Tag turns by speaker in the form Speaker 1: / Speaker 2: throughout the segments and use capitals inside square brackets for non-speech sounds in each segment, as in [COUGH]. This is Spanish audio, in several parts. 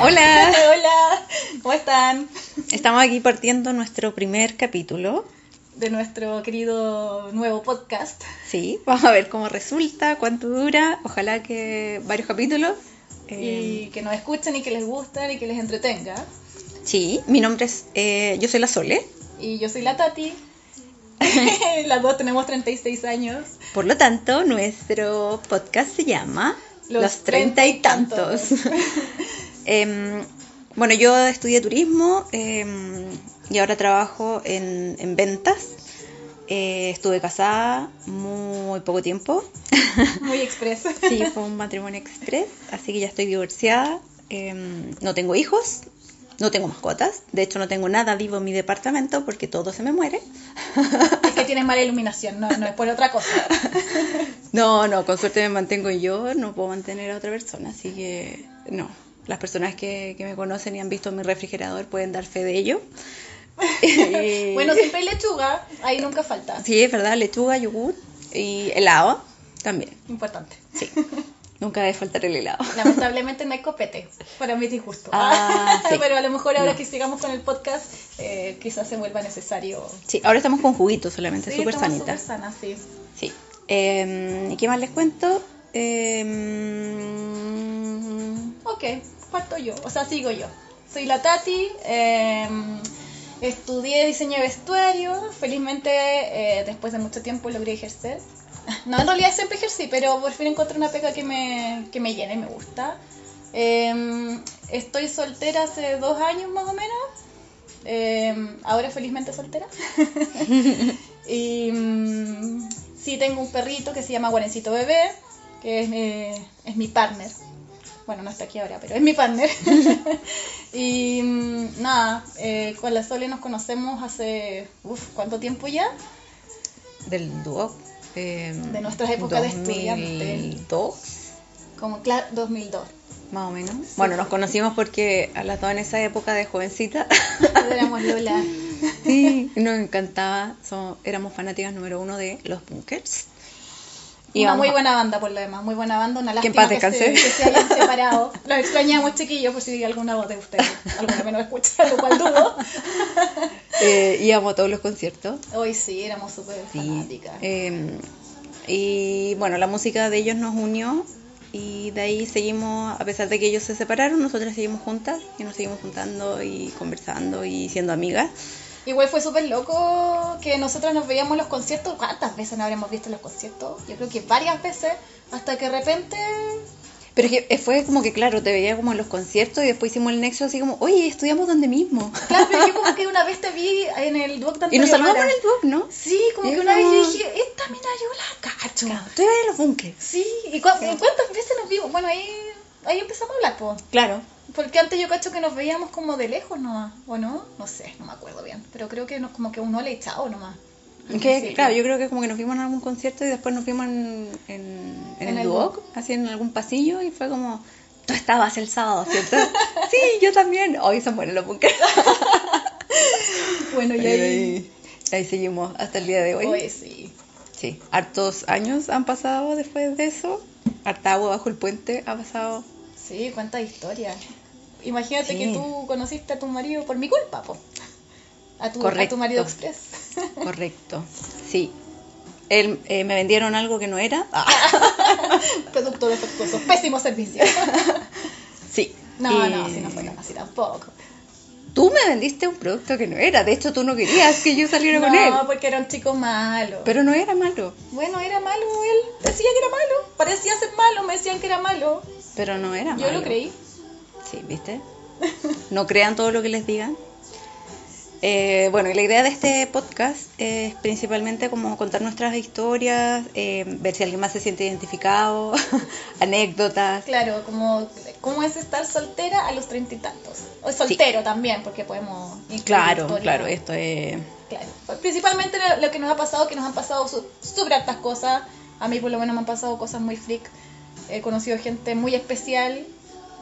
Speaker 1: Hola,
Speaker 2: [LAUGHS] Hola, ¿cómo están?
Speaker 1: estamos aquí partiendo nuestro primer capítulo.
Speaker 2: De nuestro querido nuevo podcast.
Speaker 1: Sí, vamos a ver cómo resulta, cuánto dura, ojalá que varios capítulos. Eh,
Speaker 2: Y que nos escuchen y que les gusten y que les entretenga.
Speaker 1: Sí, mi nombre es, eh, yo soy la Sole,
Speaker 2: Y yo soy
Speaker 1: [LAUGHS]
Speaker 2: la Tati. Las dos tenemos 36 años.
Speaker 1: por lo tanto nuestro podcast se llama
Speaker 2: Los
Speaker 1: Los Treinta y Tantos. [LAUGHS] Em, bueno, yo estudié turismo em, y ahora trabajo en, en ventas. Eh, estuve casada muy poco tiempo. [LAUGHS]
Speaker 2: Muy expresa.
Speaker 1: Sí, fue un matrimonio express, así que ya estoy divorciada. em, no tengo hijos, no tengo mascotas. De hecho, no tengo nada vivo en mi departamento porque todo se me muere.
Speaker 2: Es que tienes mala iluminación, no, no es por otra cosa.
Speaker 1: No, no, con suerte me mantengo yo, no puedo mantener a otra persona, así que no. Las personas que, que me conocen y han visto mi refrigerador pueden dar fe de [LAUGHS] ello. Y-
Speaker 2: Bueno, siempre hay lechuga, ahí nunca falta.
Speaker 1: Eh. sí, es verdad, lechuga, yogur y helado también.
Speaker 2: Importante.
Speaker 1: Sí, nunca debe faltar el helado.
Speaker 2: Lamentablemente no hay copete, para mí es disgusto. [LAUGHS]
Speaker 1: Ah, sí.
Speaker 2: Pero a lo mejor ahora
Speaker 1: No.
Speaker 2: que sigamos con el podcast, eh, quizás se vuelva necesario.
Speaker 1: Sí, ahora estamos con juguito solamente,
Speaker 2: Sí,
Speaker 1: súper
Speaker 2: estamos
Speaker 1: sanita.
Speaker 2: súper sanas, sí.
Speaker 1: Sí. Em, ¿Y qué más les cuento? Em,
Speaker 2: Ok, parto yo, o sea, sigo yo. Soy la Tati, eh, estudié diseño de vestuario, felizmente eh, después de mucho tiempo logré ejercer. [LAUGHS] No, en realidad siempre ejercí, pero por fin encontré una pega que me, que me llena y me gusta. Eh, estoy soltera hace dos años más o menos, eh, ahora felizmente soltera. [LAUGHS] y mm, sí tengo un perrito que se llama Guarencito Bebé, que es, eh, es mi partner bueno, no está aquí ahora, pero es
Speaker 1: [LAUGHS]
Speaker 2: mi partner. y mm, nada, eh, con la Sole nos conocemos hace, uff, ¿cuánto tiempo ya?
Speaker 1: del dúo. em,
Speaker 2: De nuestras épocas de estudiante.
Speaker 1: 2002,
Speaker 2: Como, claro, 2002.
Speaker 1: más o menos. Bueno, nos conocimos porque a las dos en esa época de
Speaker 2: [LAUGHS]
Speaker 1: jovencita.
Speaker 2: Éramos Lola.
Speaker 1: sí, nos encantaba. so- éramos fanáticas número uno de los bunkers. [LAUGHS] Y
Speaker 2: una
Speaker 1: vamos
Speaker 2: muy
Speaker 1: a-
Speaker 2: buena banda, por lo demás, muy buena banda, una
Speaker 1: Que en
Speaker 2: lástima
Speaker 1: paz
Speaker 2: que, se,
Speaker 1: descanse.
Speaker 2: que se hayan
Speaker 1: [LAUGHS]
Speaker 2: separado. Los extrañamos, chiquillos, por si alguna voz de ustedes, alguna menos escucha, lo cual dudo.
Speaker 1: eh, íbamos a todos los conciertos.
Speaker 2: Hoy sí, éramos súper
Speaker 1: Sí.
Speaker 2: fanáticas.
Speaker 1: Eh, y bueno, la música de ellos nos unió y de ahí seguimos, a pesar de que ellos se separaron, nosotras seguimos juntas y nos seguimos juntando y conversando y siendo amigas.
Speaker 2: Igual fue súper loco que nosotros nos veíamos en los conciertos. ¿Cuántas veces no habremos visto en los conciertos? Yo creo que varias veces, hasta que de repente.
Speaker 1: Pero es que fue como que, claro, te veía como en los conciertos y después hicimos el nexo así como, oye, estudiamos donde mismo.
Speaker 2: Claro, pero yo como que una vez te vi en el Duoc de
Speaker 1: [LAUGHS] Y nos
Speaker 2: Antonio
Speaker 1: salvamos en
Speaker 2: Mara.
Speaker 1: el duo, ¿no?
Speaker 2: Sí, como
Speaker 1: Y
Speaker 2: que una vez
Speaker 1: como-
Speaker 2: yo dije, esta mina yo la cacho.
Speaker 1: Tú ibas en los bunkers.
Speaker 2: Sí, ¿y cua- y cuántas veces nos vimos? Bueno, ahí, ahí empezamos a hablar, po.
Speaker 1: Claro.
Speaker 2: Porque antes yo cacho que nos veíamos como de lejos nomás, ¿o no? No sé, no me acuerdo bien. Pero creo que nos, como que uno le echado nomás.
Speaker 1: Que,
Speaker 2: Sí.
Speaker 1: Claro, yo creo que como que nos vimos en algún concierto y después nos vimos en, en, en
Speaker 2: En
Speaker 1: el
Speaker 2: el
Speaker 1: Duoc, así en algún pasillo y fue como, tú estabas el sábado, ¿cierto? [LAUGHS] sí, yo también. Hoy son buenos los
Speaker 2: [LAUGHS]
Speaker 1: bunkers.
Speaker 2: Bueno, y
Speaker 1: Y
Speaker 2: ahí.
Speaker 1: ahí, ahí seguimos hasta el día de hoy.
Speaker 2: Oye, sí.
Speaker 1: Sí, hartos años han pasado después de eso. Harta agua bajo el puente ha
Speaker 2: [LAUGHS]
Speaker 1: pasado.
Speaker 2: Sí, cuántas historias. Imagínate
Speaker 1: Sí.
Speaker 2: que tú conociste a tu marido por mi culpa, po. A tu, a
Speaker 1: Correcto.
Speaker 2: tu marido express.
Speaker 1: Correcto. Sí. Él, eh, me vendieron algo que no era. Ah,
Speaker 2: [LAUGHS] Producto defectuoso, pésimo
Speaker 1: [LAUGHS]
Speaker 2: servicio.
Speaker 1: sí.
Speaker 2: No,
Speaker 1: Y
Speaker 2: no, si no fue tan así tampoco.
Speaker 1: Tú me vendiste un producto que no era. De hecho, tú no querías que yo saliera con él.
Speaker 2: [LAUGHS] No, porque era un chico malo.
Speaker 1: Pero no era malo.
Speaker 2: Bueno, era malo él. Decía que era malo. Parecía ser malo, me decían que era malo.
Speaker 1: Pero no era
Speaker 2: Yo
Speaker 1: malo.
Speaker 2: lo creí.
Speaker 1: Sí, ¿viste? No crean todo lo que les digan. Eh, bueno, y la idea de este podcast es principalmente como contar nuestras historias, eh, ver si alguien más se siente identificado, [LAUGHS] anécdotas.
Speaker 2: Claro, como cómo es estar soltera a los treinta y tantos. O soltero también, porque podemos incluir
Speaker 1: Claro,
Speaker 2: historias.
Speaker 1: claro, esto es...
Speaker 2: Claro. Principalmente lo, lo que nos ha pasado, que nos han pasado su- súper hartas cosas. A mí por lo menos me han pasado cosas muy freak. He conocido gente muy especial.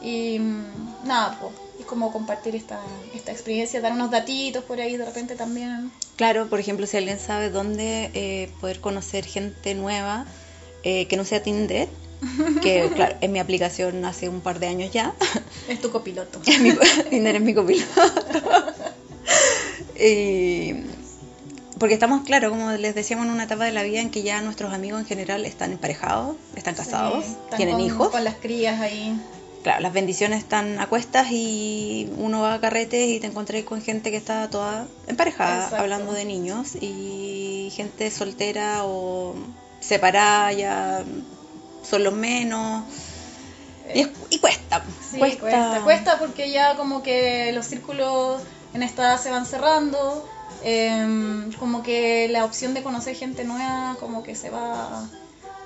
Speaker 2: Y mm, nada, po, y como compartir esta, esta experiencia, dar unos datitos por ahí de repente también.
Speaker 1: Claro, por ejemplo, si alguien sabe dónde eh, poder conocer gente nueva eh, que no sea Tinder,
Speaker 2: [LAUGHS]
Speaker 1: que claro, es mi aplicación hace un par de años ya,
Speaker 2: Es tu copiloto.
Speaker 1: [LAUGHS] Mi- Tinder es mi copiloto. [LAUGHS] Y- porque estamos, claro, como les decíamos, en una etapa de la vida en que ya nuestros amigos en general están emparejados, están casados,
Speaker 2: Sí, están
Speaker 1: tienen
Speaker 2: con-
Speaker 1: hijos.
Speaker 2: Con las crías ahí.
Speaker 1: Claro, las bendiciones están a cuestas y uno va a carretes y te encontrás con gente que está toda emparejada,
Speaker 2: Exacto.
Speaker 1: hablando de niños, y gente soltera o separada, ya son los menos. Y, es- y cuesta,
Speaker 2: Sí, cuesta. cuesta. porque ya como que los círculos en esta edad se van cerrando, em, como que la opción de conocer gente nueva como que se va,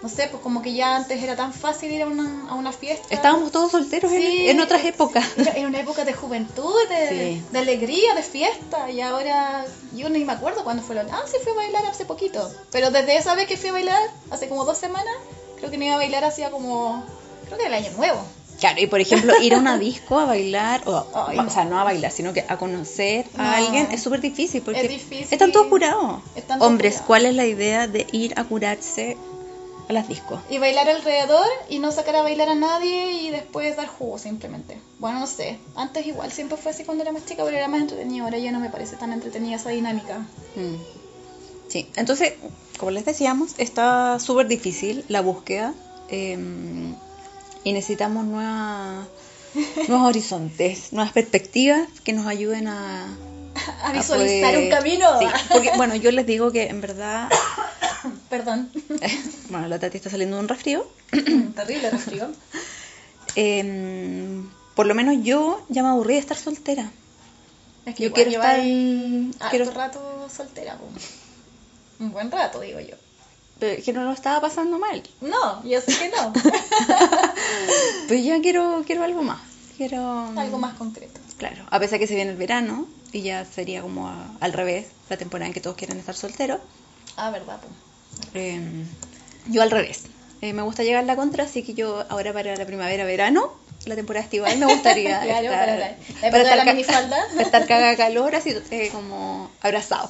Speaker 2: no sé, pues como que ya antes era tan fácil ir a una, a una fiesta.
Speaker 1: Estábamos todos solteros en-
Speaker 2: Sí.
Speaker 1: en, otras épocas.
Speaker 2: Era, era una época de juventud, de,
Speaker 1: Sí.
Speaker 2: de alegría, de fiesta, y ahora yo ni me acuerdo cuándo fue la Ah, sí, fui a bailar hace poquito, pero desde esa vez que fui a bailar, hace como dos semanas, creo que no iba a bailar hacía como, creo que el año nuevo.
Speaker 1: Claro, y por ejemplo, ir a una disco a bailar, o,
Speaker 2: Ay,
Speaker 1: o
Speaker 2: no.
Speaker 1: sea, no a bailar, sino que a conocer
Speaker 2: No.
Speaker 1: a alguien es súper difícil porque
Speaker 2: Es difícil.
Speaker 1: están todos curados.
Speaker 2: Están todos
Speaker 1: Hombres,
Speaker 2: curados.
Speaker 1: ¿cuál es la idea de ir a curarse a las discos?
Speaker 2: Y bailar alrededor y no sacar a bailar a nadie y después dar jugo simplemente. Bueno, no sé. Antes igual siempre fue así cuando era más chica, pero era más entretenido. Ahora ya no me parece tan entretenida esa dinámica.
Speaker 1: Mm. Sí, entonces, como les decíamos, está súper difícil la búsqueda eh, y necesitamos nuevas,
Speaker 2: [LAUGHS]
Speaker 1: nuevos horizontes, nuevas perspectivas que nos ayuden a,
Speaker 2: [LAUGHS] A visualizar un camino.
Speaker 1: Ah, pues, Sí, porque, bueno, yo les digo que en verdad,
Speaker 2: [LAUGHS]
Speaker 1: [COUGHS] eh,
Speaker 2: Perdón.
Speaker 1: bueno, la Tati está saliendo de un resfrío.
Speaker 2: Terrible resfrío.
Speaker 1: Eh, por lo menos yo ya me aburrí de estar soltera.
Speaker 2: Es
Speaker 1: Yo quiero
Speaker 2: igual Ah, llevar
Speaker 1: estar-
Speaker 2: harto
Speaker 1: quiero-
Speaker 2: rato soltera. po. Un buen rato, digo yo.
Speaker 1: Pero es eh, que no lo estaba pasando mal.
Speaker 2: No, yo sé
Speaker 1: [LAUGHS]
Speaker 2: que no.
Speaker 1: Pero Pues ya quiero, quiero algo más. Quiero.
Speaker 2: Algo más concreto.
Speaker 1: Claro. A pesar que se viene el verano y ya sería como a- al revés, la temporada en que todos quieren estar solteros.
Speaker 2: Ah, verdad. po.
Speaker 1: Eh, yo al revés. Eh, me gusta llegar a la contra, así que yo ahora para la primavera, verano, la temporada estival, me gustaría
Speaker 2: [LAUGHS] Claro,
Speaker 1: estar,
Speaker 2: para la- la época de
Speaker 1: ca-
Speaker 2: la minifalda.
Speaker 1: [LAUGHS] para estar caga de calor, así eh, como
Speaker 2: [LAUGHS]
Speaker 1: abrazado.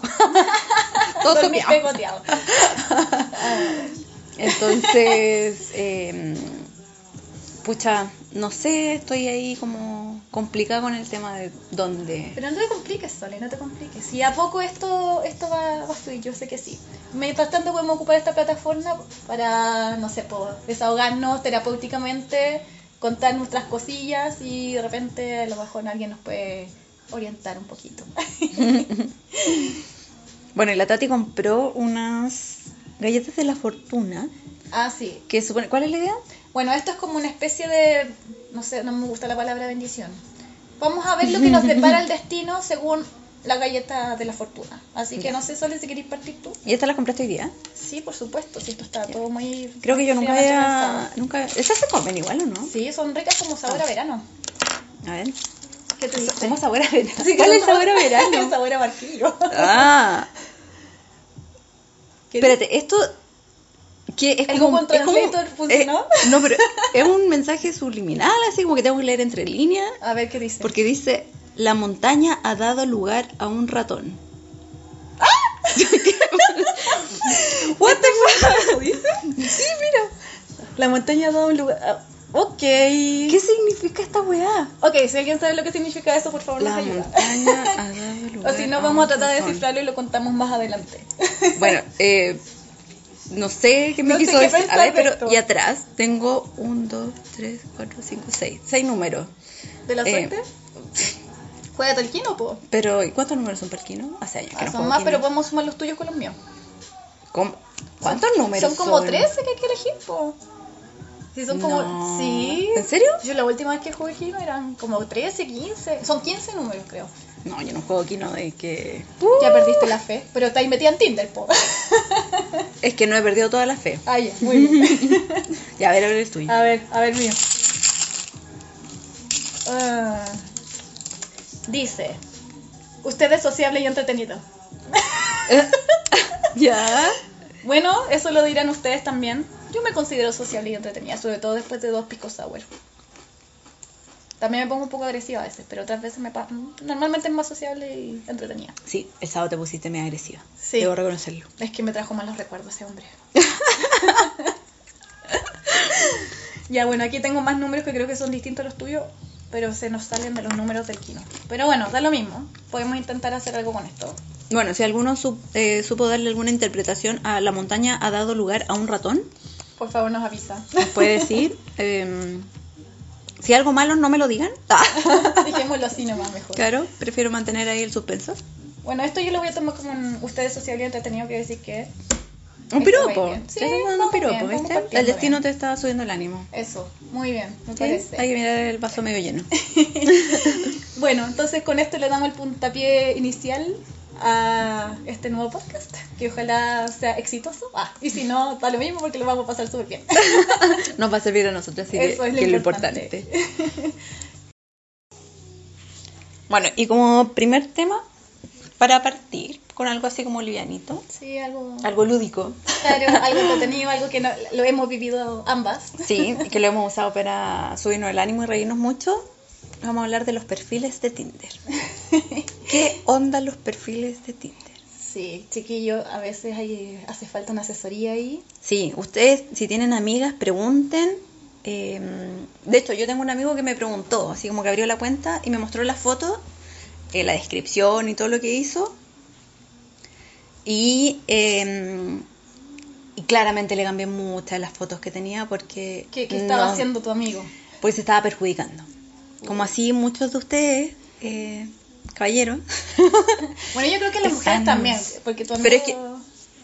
Speaker 1: Todo
Speaker 2: Dormí
Speaker 1: sopeado.
Speaker 2: pegoteado.
Speaker 1: [LAUGHS] Entonces, eh, pucha, no sé, estoy ahí como complicada con el tema de dónde.
Speaker 2: Pero no te compliques, Sole, no te compliques. Si a poco esto, esto va, va a fluir, yo sé que sí. Mientras tanto podemos ocupar esta plataforma para, no sé, po, desahogarnos terapéuticamente, contar nuestras cosillas y de repente a lo mejor alguien nos puede orientar un poquito. [LAUGHS]
Speaker 1: Bueno, y la Tati compró unas galletas de la fortuna.
Speaker 2: ah, sí.
Speaker 1: Que supone, ¿Cuál es la idea?
Speaker 2: Bueno, esto es como una especie de, no sé, no me gusta la palabra bendición. Vamos a ver lo que nos depara el destino según la galleta de la fortuna. Así que no sé, Sole, si queréis partir tú.
Speaker 1: Y esta la compraste hoy día.
Speaker 2: Sí, por supuesto, si esto está todo muy...
Speaker 1: Creo que yo nunca
Speaker 2: fríamente
Speaker 1: había.
Speaker 2: pensado.
Speaker 1: Nunca, esas se comen igual o no?
Speaker 2: Sí, son ricas como sabor a verano.
Speaker 1: A ver.
Speaker 2: Ah. ¿Qué te dice?
Speaker 1: ¿Cómo sabor a verano? ¿Cuál es el sabor a
Speaker 2: [LAUGHS] el
Speaker 1: verano?
Speaker 2: sabor a barquillo.
Speaker 1: ah.
Speaker 2: ¿Qué
Speaker 1: Espérate, esto. que es
Speaker 2: ¿El
Speaker 1: como,
Speaker 2: Google
Speaker 1: es como-
Speaker 2: Translator funcionó?
Speaker 1: eh, [LAUGHS] no, pero es un mensaje subliminal, así como que tengo que leer entre líneas,
Speaker 2: A ver qué dice.
Speaker 1: porque dice: La montaña ha dado lugar a un ratón. What the fuck?
Speaker 2: Sí, mira. La montaña da un lugar... ah, Ok.
Speaker 1: ¿Qué significa esta weá?
Speaker 2: Ok, si alguien sabe lo que significa eso, por favor, nos
Speaker 1: La
Speaker 2: ayuda.
Speaker 1: montaña ha
Speaker 2: [LAUGHS]
Speaker 1: dado
Speaker 2: O
Speaker 1: lugar.
Speaker 2: si no,
Speaker 1: un
Speaker 2: vamos a tratar de
Speaker 1: ratón.
Speaker 2: descifrarlo y lo contamos más adelante. [LAUGHS]
Speaker 1: Bueno, eh, no sé qué me
Speaker 2: No sé
Speaker 1: quiso
Speaker 2: qué
Speaker 1: decir. A
Speaker 2: pensar
Speaker 1: ver,
Speaker 2: de
Speaker 1: pero
Speaker 2: esto.
Speaker 1: y atrás tengo un, dos, tres, cuatro, cinco, seis. Seis números.
Speaker 2: ¿De la
Speaker 1: Eh,
Speaker 2: suerte? ¿Juega Tolkien o po?
Speaker 1: Pero, ¿y cuántos números son per kino? Hace años que
Speaker 2: Ah,
Speaker 1: no
Speaker 2: son
Speaker 1: juego
Speaker 2: más,
Speaker 1: kino.
Speaker 2: pero podemos sumar los tuyos con los míos.
Speaker 1: ¿Cómo? ¿Cuántos números
Speaker 2: Son como
Speaker 1: son?
Speaker 2: 13 que hay que elegir, po. Sí, son como.
Speaker 1: No.
Speaker 2: Sí.
Speaker 1: ¿En serio?
Speaker 2: Yo la última vez que jugué Hino eran como 13, 15. Son 15 números, creo.
Speaker 1: No, yo no juego kino de que...
Speaker 2: Ya perdiste la fe. Pero estáis metida en Tinder, po. [LAUGHS]
Speaker 1: Es que no he perdido toda la fe.
Speaker 2: Ah, ya, muy bien.
Speaker 1: [LAUGHS] Ya, a ver, a ver el tuyo.
Speaker 2: a ver, a ver, mío. Ah, dice: Usted es sociable y entretenido.
Speaker 1: ¿Ya?
Speaker 2: Bueno, eso lo dirán ustedes también. Yo me considero sociable y entretenida, sobre todo después de dos picos sour. También me pongo un poco agresiva a veces, pero otras veces me pa- Normalmente es más sociable y entretenida.
Speaker 1: Sí, el sábado te pusiste medio agresiva.
Speaker 2: Sí.
Speaker 1: Debo reconocerlo.
Speaker 2: Es que me trajo malos recuerdos ese hombre. [LAUGHS] ya, bueno, aquí tengo más números que creo que son distintos a los tuyos, pero se nos salen de los números del Kino. Pero bueno, da lo mismo. Podemos intentar hacer algo con esto.
Speaker 1: Bueno, si alguno su- eh, supo darle alguna interpretación a la montaña ha dado lugar a un ratón,
Speaker 2: Por favor, nos avisa. [LAUGHS]
Speaker 1: nos puede decir. eh, si algo malo no me lo digan. Ah,
Speaker 2: Dejémoslo así nomás
Speaker 1: [LAUGHS]
Speaker 2: mejor.
Speaker 1: claro, prefiero mantener ahí el suspenso.
Speaker 2: Bueno, esto yo lo voy a tomar como un ustedes sociable y entretenido, que decir que
Speaker 1: Un
Speaker 2: Está muy
Speaker 1: piropo.
Speaker 2: bien. Sí,
Speaker 1: Te están dando un
Speaker 2: vamos
Speaker 1: piropo,
Speaker 2: bien, vamos
Speaker 1: ¿viste?
Speaker 2: partiendo
Speaker 1: El destino
Speaker 2: bien.
Speaker 1: te está subiendo el ánimo.
Speaker 2: eso, muy bien, me
Speaker 1: ¿sí?
Speaker 2: parece.
Speaker 1: Hay que mirar el vaso medio lleno.
Speaker 2: Bueno, entonces con esto le damos el puntapié inicial a este nuevo podcast, que ojalá sea exitoso. Ah, y si no, da lo mismo porque lo vamos a pasar súper bien.
Speaker 1: Nos va a servir a nosotros, así
Speaker 2: Eso
Speaker 1: que
Speaker 2: es lo
Speaker 1: que es lo
Speaker 2: importante.
Speaker 1: importante. Bueno, y como primer tema, para partir con algo así como livianito,
Speaker 2: [LAUGHS] Sí, algo...
Speaker 1: algo lúdico,
Speaker 2: Claro, algo entretenido, algo que no- lo hemos vivido ambas.
Speaker 1: sí, que lo hemos usado para subirnos el ánimo y reírnos mucho, vamos a hablar de los perfiles de Tinder. ¿Qué onda los perfiles de Tinder?
Speaker 2: Sí, chiquillo, a veces hay, hace falta una asesoría ahí.
Speaker 1: Sí, ustedes si tienen amigas, pregunten. eh, de hecho, yo tengo un amigo que me preguntó, así como que abrió la cuenta y me mostró la foto, eh, la descripción y todo lo que hizo. Y, eh, y claramente le cambié muchas de las fotos que tenía porque
Speaker 2: ¿Qué, qué estaba
Speaker 1: no-
Speaker 2: haciendo tu amigo?
Speaker 1: porque se estaba perjudicando. Como así muchos de ustedes, eh,
Speaker 2: [LAUGHS]
Speaker 1: caballeros,
Speaker 2: Bueno, yo creo que las mujeres
Speaker 1: Están-
Speaker 2: también, porque tu amigo,
Speaker 1: Pero es que-
Speaker 2: tu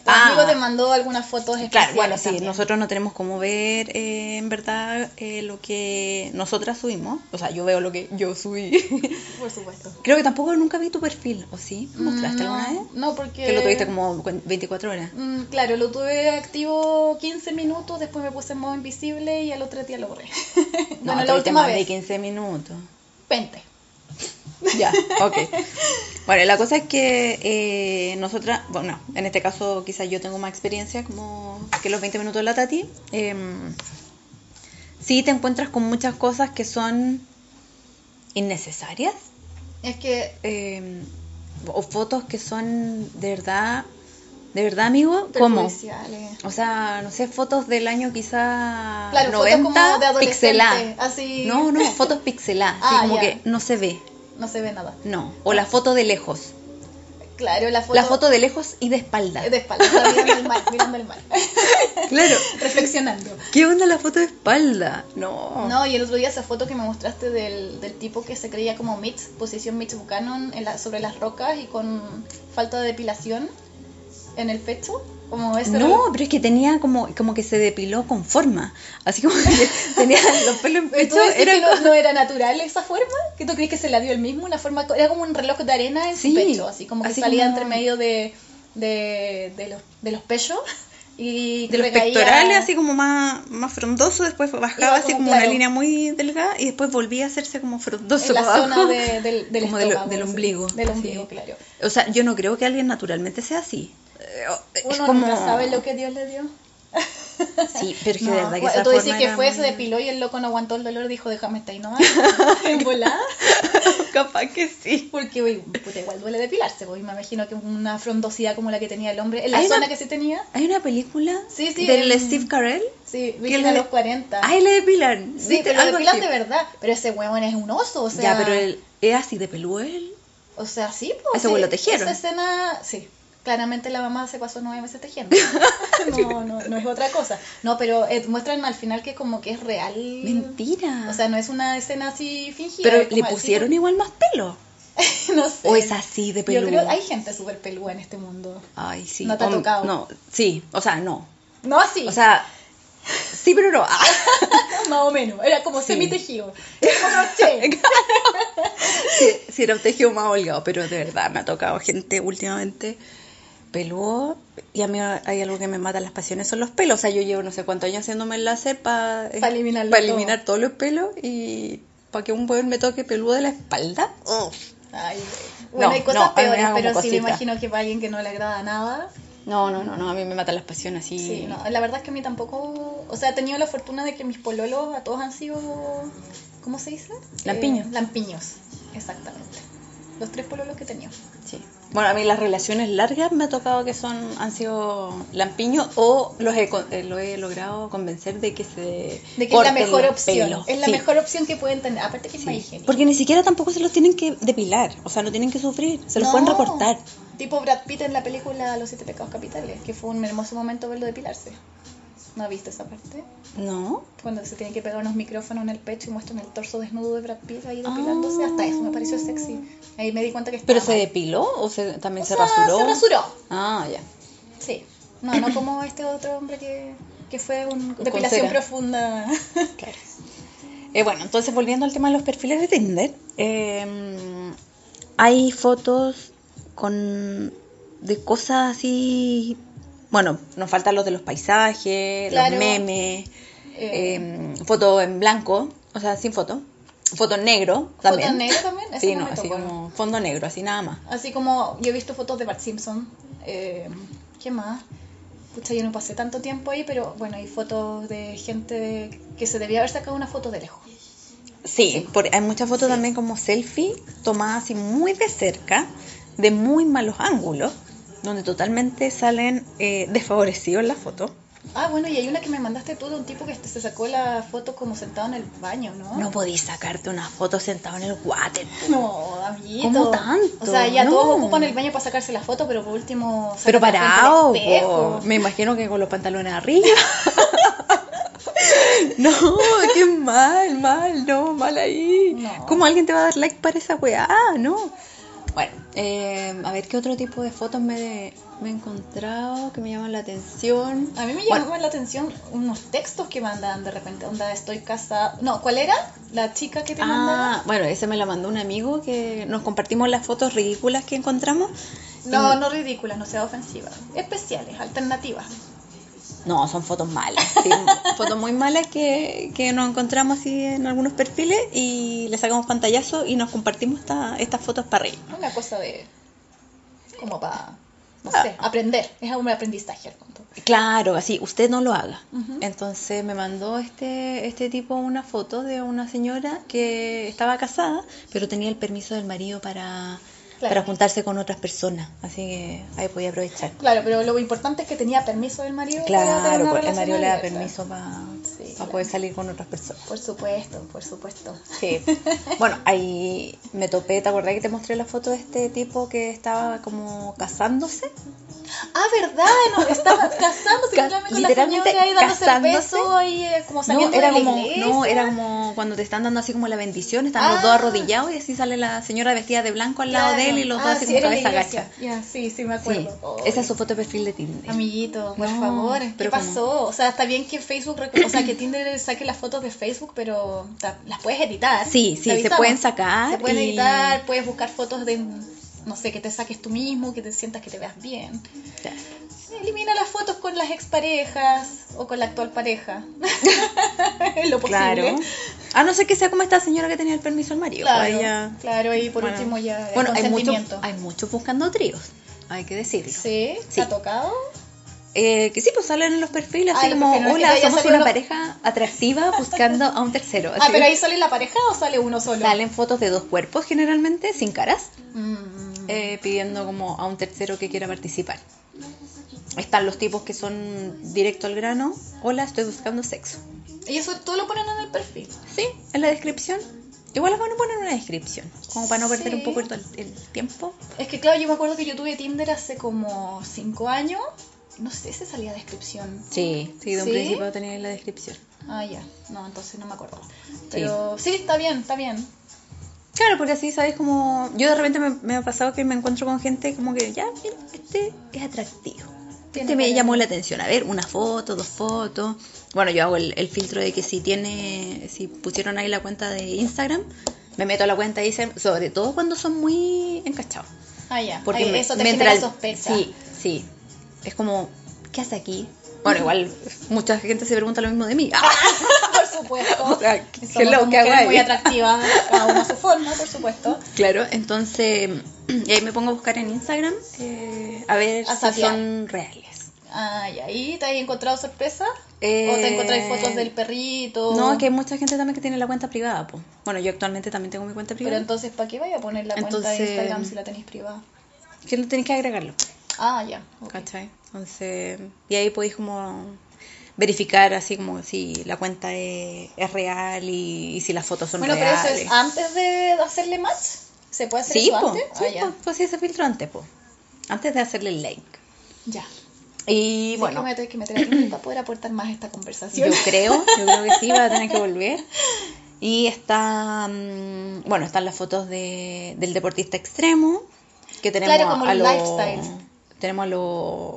Speaker 1: Ah.
Speaker 2: amigo te mandó algunas fotos
Speaker 1: Claro,
Speaker 2: especiales
Speaker 1: bueno, sí,
Speaker 2: también.
Speaker 1: nosotros no tenemos como ver eh, en verdad eh, lo que nosotras subimos. O sea, yo veo lo que yo subí. [LAUGHS]
Speaker 2: Por supuesto.
Speaker 1: Creo que tampoco nunca vi tu perfil, ¿o sí? ¿Mostraste
Speaker 2: no,
Speaker 1: alguna vez?
Speaker 2: Mm, No, porque...
Speaker 1: Que lo tuviste como cu- 24 horas.
Speaker 2: Mm, claro, lo tuve activo 15 minutos, después me puse en modo invisible y al otro día
Speaker 1: [LAUGHS]
Speaker 2: lo borré. bueno, la
Speaker 1: tuviste
Speaker 2: última
Speaker 1: más de
Speaker 2: vez.
Speaker 1: 15
Speaker 2: [LAUGHS]
Speaker 1: minutos.
Speaker 2: 20.
Speaker 1: Ya, ok. Bueno, la cosa es que eh, nosotras, bueno, en este caso quizás yo tengo más experiencia como que los 20 minutos de la Tati. em, sí te encuentras con muchas cosas que son innecesarias.
Speaker 2: Es que
Speaker 1: eh, o fotos que son de verdad, de verdad, amigo, ¿cómo?
Speaker 2: perjudiciales.
Speaker 1: O sea, no sé, fotos del año quizá
Speaker 2: Claro,
Speaker 1: 90
Speaker 2: fotos como de adolescente,
Speaker 1: pixeladas.
Speaker 2: así.
Speaker 1: No, no, fotos pixeladas, así
Speaker 2: [LAUGHS] Ah,
Speaker 1: como
Speaker 2: ya.
Speaker 1: que no se ve,
Speaker 2: No se ve nada.
Speaker 1: no. O la foto de lejos,
Speaker 2: Claro, la foto,
Speaker 1: la foto de lejos y de espalda. [LAUGHS]
Speaker 2: de espalda, mirando el mar, mirando el mar.
Speaker 1: Claro,
Speaker 2: [LAUGHS] Reflexionando.
Speaker 1: ¿qué onda la foto de espalda? No.
Speaker 2: No, y el otro día esa foto que me mostraste del, del tipo que se creía como Mitch, posición Mitch Buchanan en la- sobre las rocas y con falta de depilación en el pecho. Como ese
Speaker 1: No, pero es que tenía como, como que se depiló con forma. Así como que [LAUGHS] tenía los pelos en pecho.
Speaker 2: Entonces,
Speaker 1: era
Speaker 2: que no, no era natural esa forma? ¿Que tú crees que se la dio él mismo? Una forma, co- era como un reloj de arena en
Speaker 1: Sí,
Speaker 2: su pecho, así como que
Speaker 1: así
Speaker 2: salía
Speaker 1: como-
Speaker 2: entre medio de, de, de los, de los pechos y
Speaker 1: de los
Speaker 2: recaía-
Speaker 1: pectorales así como más, más frondoso, después bajaba
Speaker 2: Iba
Speaker 1: así
Speaker 2: como,
Speaker 1: como
Speaker 2: claro.
Speaker 1: una línea muy delgada y después volvía a hacerse como frondoso
Speaker 2: en la
Speaker 1: para
Speaker 2: zona
Speaker 1: abajo.
Speaker 2: de- del, del
Speaker 1: [LAUGHS] Como del-
Speaker 2: estómago,
Speaker 1: del
Speaker 2: así.
Speaker 1: ombligo,
Speaker 2: Del
Speaker 1: sí.
Speaker 2: ombligo, claro.
Speaker 1: O sea, yo no creo que alguien naturalmente sea así. Eh, o-
Speaker 2: Uno
Speaker 1: es como...
Speaker 2: nunca sabe lo que Dios le dio.
Speaker 1: Sí, pero es que de verdad que
Speaker 2: bueno,
Speaker 1: esa
Speaker 2: tú decís
Speaker 1: forma
Speaker 2: que
Speaker 1: era
Speaker 2: fue,
Speaker 1: muy-
Speaker 2: se depiló y el loco no aguantó el dolor, dijo, déjame estar
Speaker 1: [LAUGHS]
Speaker 2: ahí nomás, en volada,
Speaker 1: [LAUGHS] Capaz que sí.
Speaker 2: porque uy, puta, igual duele depilarse, pues, y me imagino que una frondosidad como la que tenía el hombre, en la
Speaker 1: Hay
Speaker 2: zona
Speaker 1: una-
Speaker 2: que sí tenía,
Speaker 1: Hay una película
Speaker 2: Sí, sí,
Speaker 1: del
Speaker 2: em,
Speaker 1: Steve Carell.
Speaker 2: sí,
Speaker 1: ¿Qué
Speaker 2: virgen a
Speaker 1: le-
Speaker 2: los 40.
Speaker 1: Ahí le depilan.
Speaker 2: sí,
Speaker 1: ¿viste?
Speaker 2: pero lo
Speaker 1: Algo
Speaker 2: depilan
Speaker 1: así.
Speaker 2: de verdad, pero ese huevón es un oso, o sea,
Speaker 1: Ya, pero él es así de peluel.
Speaker 2: o sea, sí, pues,
Speaker 1: Ese
Speaker 2: sí,
Speaker 1: hueón lo tejieron.
Speaker 2: Esa escena, sí. Claramente la mamá se pasó nueve
Speaker 1: [LAUGHS]
Speaker 2: meses tejiendo. No, no, no es otra cosa. No, pero eh, muestran al final que como que es real.
Speaker 1: Mentira.
Speaker 2: O sea, no es una escena así fingida.
Speaker 1: pero
Speaker 2: es como
Speaker 1: le
Speaker 2: al
Speaker 1: pusieron
Speaker 2: tipo-
Speaker 1: igual más pelo.
Speaker 2: [LAUGHS] no sé.
Speaker 1: O es así de
Speaker 2: Yo
Speaker 1: peludo.
Speaker 2: creo hay gente súper pelúa en este mundo.
Speaker 1: Ay, sí.
Speaker 2: No te ha
Speaker 1: Hom-
Speaker 2: tocado.
Speaker 1: No, sí. O sea, no.
Speaker 2: No así,
Speaker 1: O sea, sí, pero no. Ah,
Speaker 2: [LAUGHS]
Speaker 1: [LAUGHS]
Speaker 2: más o menos. Era como
Speaker 1: Sí.
Speaker 2: semitejido. Era
Speaker 1: [LAUGHS]
Speaker 2: como crochet.
Speaker 1: sí, sí, era un tejido más holgado, pero de verdad me ha tocado gente últimamente peludo. Y a mí hay algo que me mata las pasiones, son los pelos. O sea, yo llevo no sé cuántos años haciéndome el láser para
Speaker 2: Pa' eliminarlo todo.
Speaker 1: eliminar todos los pelos y para que un buen me toque peludo de la espalda. Ugh.
Speaker 2: Ay, güey. bueno,
Speaker 1: No,
Speaker 2: hay cosas
Speaker 1: no, a mí me
Speaker 2: peores,
Speaker 1: da como
Speaker 2: pero sí me
Speaker 1: cosita.
Speaker 2: imagino que para alguien que no le agrada nada.
Speaker 1: No, no, no, no, a mí me matan las pasiones así.
Speaker 2: Sí, no, la verdad es que a mí tampoco. O sea, he tenido la fortuna de que mis pololos a todos han sido ¿Cómo se dice?
Speaker 1: Lampiños.
Speaker 2: Eh, lampiños, exactamente. Los tres pololos que tenía.
Speaker 1: Sí. Bueno, a mí las relaciones largas me ha tocado que son han sido lampiños o los he, con- eh, lo he logrado convencer de que se
Speaker 2: De que es la
Speaker 1: corten
Speaker 2: mejor
Speaker 1: los
Speaker 2: opción.
Speaker 1: pelos.
Speaker 2: Es la
Speaker 1: Sí.
Speaker 2: mejor opción que pueden tener. Aparte que es más higiénica.
Speaker 1: Porque ni siquiera tampoco se los tienen que depilar, o sea, no tienen que sufrir, se los
Speaker 2: No.
Speaker 1: pueden recortar.
Speaker 2: Tipo Brad Pitt en la película Los siete pecados capitales, que fue un hermoso momento verlo depilarse. ¿No has visto esa parte?
Speaker 1: No.
Speaker 2: Cuando se tiene que pegar unos micrófonos en el pecho y muestran el torso desnudo de Brad Pitt ahí
Speaker 1: Ah.
Speaker 2: depilándose. Hasta eso me pareció sexy. Ahí me di cuenta que estaba
Speaker 1: ¿Pero se
Speaker 2: mal.
Speaker 1: depiló o se, también
Speaker 2: O
Speaker 1: se
Speaker 2: sea,
Speaker 1: rasuró?
Speaker 2: Se rasuró.
Speaker 1: Ah, ya.
Speaker 2: Sí. No, no como este otro hombre que, que fue un
Speaker 1: Con
Speaker 2: depilación
Speaker 1: cera.
Speaker 2: profunda.
Speaker 1: Claro. Eh, bueno, entonces volviendo al tema de los perfiles de Tinder, eh, hay fotos con de cosas así. Bueno, nos faltan los de los paisajes,
Speaker 2: Claro.
Speaker 1: los memes,
Speaker 2: [LAUGHS] Eh,
Speaker 1: eh, fotos en blanco, o sea, sin foto, foto en negro también.
Speaker 2: ¿Foto
Speaker 1: [LAUGHS]
Speaker 2: en negro también? Eso
Speaker 1: Sí,
Speaker 2: no
Speaker 1: no,
Speaker 2: me
Speaker 1: así
Speaker 2: tocó.
Speaker 1: como fondo negro, así nada más.
Speaker 2: Así como yo he visto fotos de Bart Simpson. Eh, ¿Qué más? Pucha, yo no pasé tanto tiempo ahí, pero bueno, hay fotos de gente que se debía haber sacado una foto de lejos.
Speaker 1: Sí, por- hay muchas fotos
Speaker 2: Sí.
Speaker 1: también como selfie tomadas así muy de cerca, de muy malos ángulos, donde totalmente salen eh, desfavorecidos la foto.
Speaker 2: Ah, bueno, y hay una que me mandaste tú de un tipo que se sacó la foto como sentado en el baño, ¿no?
Speaker 1: No podís sacarte una foto sentado en el water.
Speaker 2: No, amiguito.
Speaker 1: ¿Cómo tanto?
Speaker 2: O sea, ya
Speaker 1: No.
Speaker 2: todos ocupan el baño para sacarse la foto, pero por último...
Speaker 1: Pero
Speaker 2: sácate la
Speaker 1: parado,
Speaker 2: frente al espejo.
Speaker 1: po. me imagino que con los pantalones [LAUGHS] arriba. no, qué mal, mal, no, mal ahí.
Speaker 2: No.
Speaker 1: ¿Cómo alguien te va a dar like para esa weá? Ah, no. Bueno, eh, a ver qué otro tipo de fotos me, me he encontrado que me llaman la atención.
Speaker 2: A mí me
Speaker 1: Bueno.
Speaker 2: llamaban la atención unos textos que mandaban de repente. Onda, estoy casada. No, ¿cuál era? La chica que te mandaba.
Speaker 1: Ah, bueno, ese me la mandó un amigo que nos compartimos las fotos ridículas que encontramos.
Speaker 2: No,
Speaker 1: Y-
Speaker 2: no ridículas, no sea ofensiva. Especiales, alternativas.
Speaker 1: No, son fotos malas. [LAUGHS] sí, fotos muy malas que, que nos encontramos así en algunos perfiles y le sacamos pantallazo y nos compartimos esta- estas fotos para reír.
Speaker 2: Una cosa de. como para. no
Speaker 1: Ah.
Speaker 2: sé, aprender. Es un aprendizaje al fondo.
Speaker 1: Claro, así, usted no lo haga.
Speaker 2: Ujú.
Speaker 1: Entonces me mandó este, este tipo una foto de una señora que estaba casada, pero tenía el permiso del marido para,
Speaker 2: Claro.
Speaker 1: para juntarse con otras personas. Así que ahí podía aprovechar.
Speaker 2: Claro, pero lo importante es que tenía permiso del marido. para tener
Speaker 1: Claro,
Speaker 2: una
Speaker 1: porque el
Speaker 2: relación
Speaker 1: marido le da
Speaker 2: abierta.
Speaker 1: permiso para
Speaker 2: Sí, claro.
Speaker 1: poder salir con otras personas.
Speaker 2: Por supuesto, por supuesto. [LAUGHS]
Speaker 1: Sí. Bueno, ahí me topé, ¿te acordás que te mostré la foto de este tipo que estaba como casándose?
Speaker 2: Ah, ¿verdad? No,
Speaker 1: [LAUGHS]
Speaker 2: estaba casándose
Speaker 1: Ca-
Speaker 2: con
Speaker 1: literalmente
Speaker 2: la señora ahí dándose el
Speaker 1: casándose.
Speaker 2: beso y eh, como
Speaker 1: No,
Speaker 2: saliendo
Speaker 1: era
Speaker 2: de la
Speaker 1: como,
Speaker 2: iglesia.
Speaker 1: no, era como cuando te están dando así como la bendición, están los
Speaker 2: Ah.
Speaker 1: dos arrodillados y así sale la señora vestida de blanco al lado
Speaker 2: Claro.
Speaker 1: de él y los
Speaker 2: Ah,
Speaker 1: dos así
Speaker 2: sí,
Speaker 1: como
Speaker 2: era en la
Speaker 1: cabeza
Speaker 2: iglesia.
Speaker 1: gacha.
Speaker 2: Ya, sí, sí, me
Speaker 1: Sí,
Speaker 2: acuerdo. Oh,
Speaker 1: esa es su foto de perfil de Tinder.
Speaker 2: Amiguito, por
Speaker 1: No,
Speaker 2: favor, ¿qué
Speaker 1: pero
Speaker 2: pasó? O sea, está bien que Facebook, rec- o sea, que Tinder [CLEARS THROAT] saque las fotos de Facebook, pero ta- las puedes editar.
Speaker 1: Sí,
Speaker 2: Te
Speaker 1: sí, se
Speaker 2: avisamos.
Speaker 1: pueden sacar
Speaker 2: Se pueden
Speaker 1: y-
Speaker 2: editar, puedes buscar fotos de, no sé, que te saques tú mismo, que te sientas que te veas bien.
Speaker 1: Claro.
Speaker 2: Elimina las fotos con las exparejas o con la
Speaker 1: [LAUGHS]
Speaker 2: actual pareja. En lo posible.
Speaker 1: Claro. A no ser que sea como esta señora que tenía el permiso del marido.
Speaker 2: Claro,
Speaker 1: pues ella-
Speaker 2: claro, y por
Speaker 1: bueno.
Speaker 2: último ya el
Speaker 1: Bueno, hay muchos
Speaker 2: consentimiento.
Speaker 1: hay mucho buscando tríos, hay que decirlo.
Speaker 2: Sí, ¿te
Speaker 1: Sí.
Speaker 2: ha tocado?
Speaker 1: Eh, que sí, pues salen en los perfiles,
Speaker 2: Ah,
Speaker 1: así
Speaker 2: los
Speaker 1: como,
Speaker 2: perfiles, no es que
Speaker 1: hola,
Speaker 2: ya
Speaker 1: somos
Speaker 2: salieron
Speaker 1: una
Speaker 2: los-
Speaker 1: pareja atractiva buscando a un tercero.
Speaker 2: Ah,
Speaker 1: Así
Speaker 2: pero ahí sale la pareja o sale uno solo?
Speaker 1: Salen fotos de dos cuerpos generalmente, sin caras,
Speaker 2: Mm.
Speaker 1: eh, pidiendo como a un tercero que quiera participar. Están los tipos que son directo al grano, hola, estoy buscando sexo.
Speaker 2: Y eso todo lo ponen en el perfil.
Speaker 1: Sí, en la descripción. Igual les van a poner una descripción, como para no perder
Speaker 2: Sí.
Speaker 1: un poco el, el tiempo.
Speaker 2: Es que claro, yo me acuerdo que yo tuve Tinder hace como 5 años. No sé si salía descripción.
Speaker 1: Sí, sí, de un
Speaker 2: ¿Sí?
Speaker 1: principio tenía en la descripción.
Speaker 2: Ah, ya. No, entonces no me acuerdo. Pero sí, está bien, está bien.
Speaker 1: Claro, porque así sabes como. Yo de repente me, me ha pasado que me encuentro con gente como que ya, mira, este es atractivo.
Speaker 2: Tiene
Speaker 1: Este me
Speaker 2: cara.
Speaker 1: llamó la atención. A ver, una foto, dos fotos. Bueno, yo hago el, el filtro de que si tiene. Si pusieron ahí la cuenta de Instagram, me meto a la cuenta y dicen. Sobre todo cuando son muy encachados.
Speaker 2: Ah, ya.
Speaker 1: Porque
Speaker 2: Ay,
Speaker 1: me-
Speaker 2: eso te
Speaker 1: me
Speaker 2: genera
Speaker 1: entra el-
Speaker 2: sospecha.
Speaker 1: Sí, sí. Es como, ¿qué hace aquí?
Speaker 2: [LAUGHS]
Speaker 1: Bueno, igual mucha gente se pregunta lo mismo de mí. [LAUGHS] ¡Ah!
Speaker 2: por supuesto.
Speaker 1: O sea,
Speaker 2: Y somos
Speaker 1: hello,
Speaker 2: dos
Speaker 1: ¿qué hago
Speaker 2: mujeres muy
Speaker 1: ahí?
Speaker 2: atractivas, cada una a su forma, por supuesto.
Speaker 1: Claro, entonces y ahí me pongo a buscar en Instagram eh, a ver
Speaker 2: A
Speaker 1: si
Speaker 2: sapear.
Speaker 1: son reales.
Speaker 2: Ah, y ahí te has encontrado sorpresa. O te encontráis fotos del perrito.
Speaker 1: Eh, No, es que hay mucha gente también que tiene la cuenta privada, po. Bueno, yo actualmente también tengo mi cuenta
Speaker 2: Pero
Speaker 1: privada.
Speaker 2: entonces, ¿para qué vaya a poner la cuenta de
Speaker 1: Entonces-
Speaker 2: Instagram si la tenéis privada?
Speaker 1: Que no tenéis que agregarlo,
Speaker 2: Ah, ya. ok.
Speaker 1: ¿cachai? Entonces, y ahí podéis como verificar así como si la cuenta es, es real y, y si las fotos son
Speaker 2: Bueno, pero
Speaker 1: reales.
Speaker 2: eso es antes de hacerle match. ¿Se puede hacer
Speaker 1: Sí,
Speaker 2: eso
Speaker 1: po,
Speaker 2: antes?
Speaker 1: sí,
Speaker 2: Ah, ya.
Speaker 1: po, pues sí, se filtró antes, po. Antes de hacerle el like.
Speaker 2: Ya.
Speaker 1: Y
Speaker 2: Así
Speaker 1: bueno,
Speaker 2: que me voy a tener que meter aquí para poder aportar más a esta
Speaker 1: yo
Speaker 2: conversación.
Speaker 1: creo, yo creo que sí, va a tener que volver. Y está, mm, bueno, están las fotos de, del deportista extremo, que tenemos
Speaker 2: Claro, como
Speaker 1: a, a
Speaker 2: los
Speaker 1: los
Speaker 2: lifestyles.
Speaker 1: tenemos a los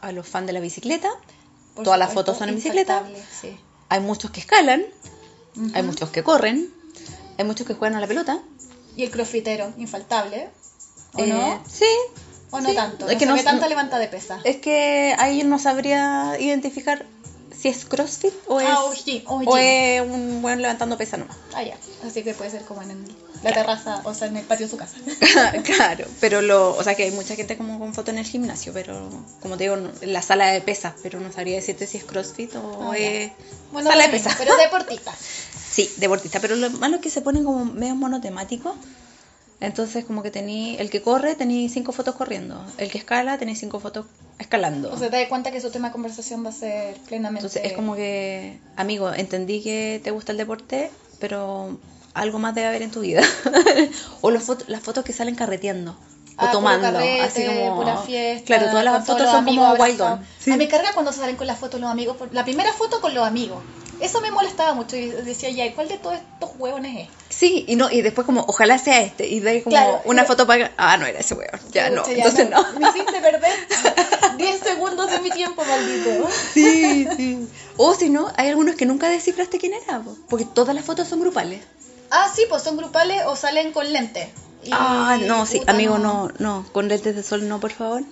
Speaker 1: a los fans de la bicicleta.
Speaker 2: [LAUGHS] Por
Speaker 1: Todas las
Speaker 2: supuesto,
Speaker 1: fotos son en bicicleta.
Speaker 2: infaltable, Sí.
Speaker 1: Hay muchos que escalan,
Speaker 2: Ujú.
Speaker 1: hay muchos que corren, hay muchos que juegan a la pelota.
Speaker 2: Y el crossfitero, infaltable. ¿O
Speaker 1: Eh,
Speaker 2: no?
Speaker 1: Sí.
Speaker 2: ¿O no
Speaker 1: sí.
Speaker 2: tanto?
Speaker 1: Es que
Speaker 2: no
Speaker 1: no-
Speaker 2: sé qué tanta
Speaker 1: no- Eh,
Speaker 2: levanta de pesa.
Speaker 1: Es que ahí no sabría identificar si es CrossFit o es,
Speaker 2: Ah, o gym, o
Speaker 1: pues, o eh,
Speaker 2: gym.
Speaker 1: es un buen levantando pesa nomás.
Speaker 2: Ah, ya. Así que puede ser como en el- la terraza, o sea, en el patio de
Speaker 1: [LAUGHS]
Speaker 2: su casa.
Speaker 1: claro, pero lo, o sea que hay mucha gente como con foto en el gimnasio, pero como te digo, no- en la sala de pesas, pero no sabría decirte si es CrossFit o
Speaker 2: Ah, ya.
Speaker 1: es
Speaker 2: Bueno,
Speaker 1: sala
Speaker 2: lo
Speaker 1: de
Speaker 2: mismo,
Speaker 1: pesas. [LAUGHS]
Speaker 2: pero deportista.
Speaker 1: Sí, deportista, pero lo malo es que se ponen como medio monotemáticos. Entonces, como que tení el que corre, tení cinco fotos corriendo. El que escala, tenés cinco fotos escalando.
Speaker 2: O sea, te das cuenta que su tema de conversación va a ser plenamente.
Speaker 1: Entonces es como que, amigo, entendí que te gusta el deporte, pero algo más debe haber en tu vida. [LAUGHS] o las fotos, las fotos que salen carreteando
Speaker 2: Ah,
Speaker 1: o
Speaker 2: puro
Speaker 1: tomando,
Speaker 2: carrete,
Speaker 1: así como
Speaker 2: pura fiesta,
Speaker 1: Claro, todas las
Speaker 2: con todos
Speaker 1: fotos
Speaker 2: los
Speaker 1: son como
Speaker 2: amigos
Speaker 1: wild on.
Speaker 2: abrazados. A mí me carga cuando salen con las fotos los amigos, por- la primera foto con los amigos. Eso me molestaba mucho y decía, ya, ¿y ¿cuál de todos estos huevones es?
Speaker 1: Sí, y no y después como ojalá sea este y de ahí como
Speaker 2: Claro,
Speaker 1: una
Speaker 2: yo-
Speaker 1: foto para ah, no era ese weón. Ya no,
Speaker 2: Pucha,
Speaker 1: entonces no. [LAUGHS]
Speaker 2: Me hiciste perder 10 segundos de mi tiempo, maldito.
Speaker 1: Sí, sí. O si no, hay algunos que nunca descifraste quién era, po, porque todas las fotos son grupales.
Speaker 2: Ah, sí, pues son grupales o salen con lentes. Y-
Speaker 1: Ah, no, sí,
Speaker 2: puta,
Speaker 1: amigo, no, no, con lentes de sol no, por favor.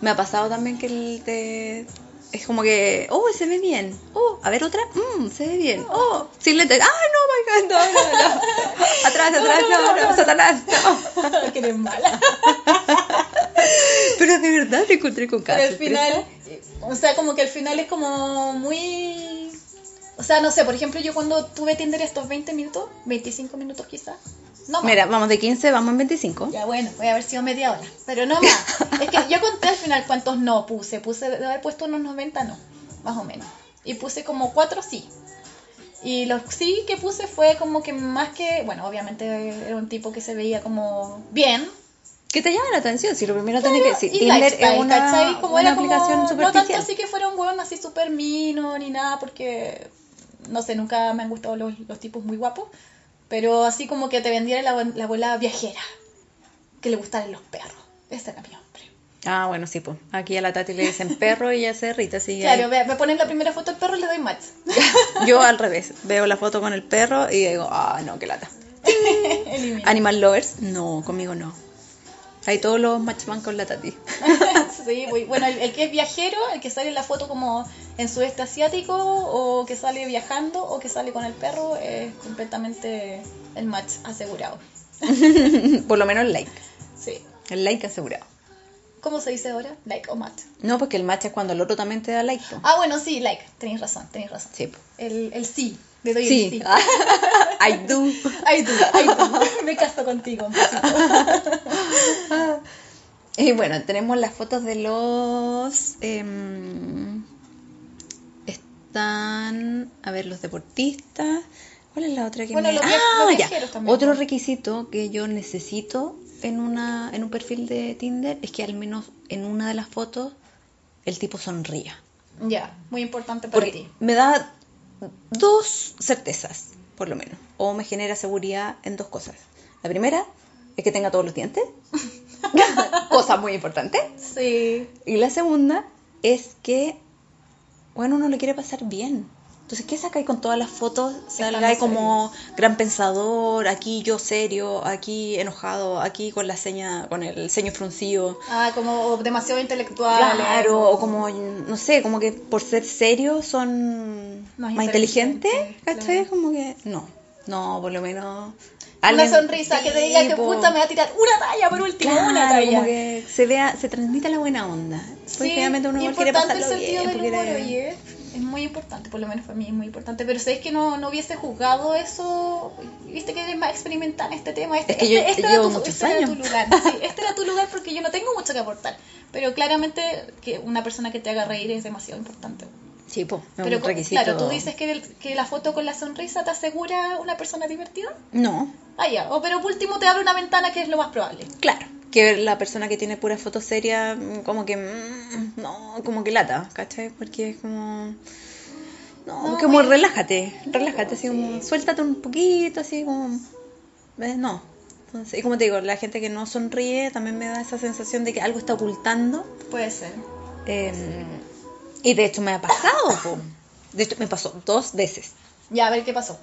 Speaker 1: Me ha pasado también que el de... Es como que, oh, se ve bien. Oh, a ver otra, mmm, se ve bien. Oh, sin lentes. Ah, no, my God, no, no,
Speaker 2: [LAUGHS]
Speaker 1: no. Atrás, atrás, no, no, Satanás. no.
Speaker 2: [LAUGHS] que
Speaker 1: [LAUGHS]
Speaker 2: eres mala.
Speaker 1: Pero de verdad te encontré con
Speaker 2: Pero
Speaker 1: casos.
Speaker 2: al final, o sea, como que al final es como muy... O sea, no sé, por ejemplo, yo cuando tuve Tinder estos 20 minutos, 25 minutos quizás, no más.
Speaker 1: Mira, vamos de 15, vamos en 25.
Speaker 2: Ya bueno, voy a haber sido media hora, pero no más. es que yo conté al final cuántos no puse, puse, de haber puesto unos 90 no, más o menos. Y puse como cuatro sí. Y los sí que puse fue como que más que, bueno, obviamente era un tipo que se veía como bien,
Speaker 1: ¿Qué te llama la atención? Si lo primero tenés que
Speaker 2: Claro,
Speaker 1: decir,
Speaker 2: y
Speaker 1: Tinder
Speaker 2: lifestyle,
Speaker 1: es una,
Speaker 2: ¿cachai? Como
Speaker 1: una
Speaker 2: era como-
Speaker 1: aplicación
Speaker 2: No tanto
Speaker 1: superficial.
Speaker 2: así que fuera un hueón así súper mino ni nada, porque no sé, nunca me han gustado los, los tipos muy guapos. Pero así como que te vendiera la, la abuela viajera, que le gustaran los perros. Ese era mi hombre.
Speaker 1: Ah, bueno, sí, pues. Aquí a la Tati le dicen perro y ella se irrita, así que-
Speaker 2: Claro, me, me ponen la primera foto del perro y le doy match. [LAUGHS]
Speaker 1: Yo al revés, veo la foto con el perro y digo, ah, no, qué lata.
Speaker 2: Elimina.
Speaker 1: Animal lovers, no, conmigo no. Hay todos los matchman con la tati.
Speaker 2: [LAUGHS]
Speaker 1: [LAUGHS]
Speaker 2: sí, voy- bueno, el, el que es viajero, el que sale en la foto como en sudeste asiático, o que sale viajando, o que sale con el perro, es completamente el match asegurado.
Speaker 1: Por lo menos el like.
Speaker 2: Sí.
Speaker 1: El like asegurado.
Speaker 2: ¿Cómo se dice ahora? Like o mat.
Speaker 1: No, porque el match es cuando el otro también te da like. po.
Speaker 2: Ah, bueno, sí, like. Tenéis razón, tenéis razón.
Speaker 1: Sí. po.
Speaker 2: El, el sí. Le doy el
Speaker 1: Sí. Ah.
Speaker 2: [LAUGHS] sí.
Speaker 1: [LAUGHS] I do.
Speaker 2: Ay, tú, ay, tú. Me caso contigo. amorcito.
Speaker 1: [LAUGHS] Y bueno, tenemos las fotos de los... em, están... A ver, los deportistas. ¿Cuál es la otra que
Speaker 2: Bueno,
Speaker 1: me-
Speaker 2: los via-
Speaker 1: Ah,
Speaker 2: los
Speaker 1: ya.
Speaker 2: viajeros también,
Speaker 1: Otro
Speaker 2: ¿no?
Speaker 1: requisito que yo necesito en, una, en un perfil de Tinder es que al menos en una de las fotos el tipo sonría.
Speaker 2: Ya, muy importante para
Speaker 1: Porque
Speaker 2: ti.
Speaker 1: me da dos certezas, por lo menos. O me genera seguridad en dos cosas. La primera es que tenga todos los
Speaker 2: [LAUGHS]
Speaker 1: dientes, cosa muy importante.
Speaker 2: Sí.
Speaker 1: Y la segunda es que, bueno, uno lo quiere pasar bien. Entonces, ¿qué sacáis con todas las fotos? Salgáis como gran pensador, aquí yo serio, aquí enojado, aquí con la seña, con el ceño fruncido.
Speaker 2: Ah, como demasiado intelectual.
Speaker 1: Claro, o como, no sé, como que por ser serios son
Speaker 2: Más
Speaker 1: más, inteligentes,
Speaker 2: inteligentes,
Speaker 1: ¿cachai?
Speaker 2: claro.
Speaker 1: Como que, no, no, por lo menos...
Speaker 2: Una
Speaker 1: alguien-
Speaker 2: sonrisa que te
Speaker 1: sí,
Speaker 2: diga que
Speaker 1: po.
Speaker 2: puta me va a tirar una talla por último,
Speaker 1: Claro,
Speaker 2: una talla.
Speaker 1: como que se vea, se transmita la buena onda. Porque
Speaker 2: Sí,
Speaker 1: realmente uno igual quiere
Speaker 2: importante el
Speaker 1: pasarlo
Speaker 2: sentido
Speaker 1: bien,
Speaker 2: del
Speaker 1: porque
Speaker 2: humor,
Speaker 1: era-
Speaker 2: oye. es muy importante, por lo menos para mí es muy importante. Pero sabéis que no, no hubiese juzgado eso, viste que eres más experimental en este tema. Este,
Speaker 1: Es que yo-
Speaker 2: este- este era
Speaker 1: llevo
Speaker 2: tu,
Speaker 1: muchos
Speaker 2: este era
Speaker 1: años.
Speaker 2: tu lugar, sí, este era tu lugar porque yo no tengo mucho que aportar. Pero claramente que una persona que te haga reír es demasiado importante.
Speaker 1: Sí, po, es
Speaker 2: Pero
Speaker 1: un
Speaker 2: co-
Speaker 1: requisito.
Speaker 2: claro, tú dices que, el- que la foto con la sonrisa te asegura una persona divertida.
Speaker 1: No,
Speaker 2: Ah, ya. O, pero por último te abre una ventana que es lo más probable.
Speaker 1: claro. Que la persona que tiene pura foto seria, mm, como que. mm, no, como que lata, ¿cachai? Porque es como. No,
Speaker 2: No,
Speaker 1: como
Speaker 2: bueno.
Speaker 1: relájate, relájate, así
Speaker 2: Sí.
Speaker 1: como. Suéltate un poquito, así como. ¿Ves? No. Entonces, y como te digo, la gente que no sonríe también me da esa sensación de que algo está ocultando.
Speaker 2: Puede ser.
Speaker 1: Eh, y de hecho me ha pasado, po. De hecho, me pasó dos veces.
Speaker 2: Ya, a ver qué pasó.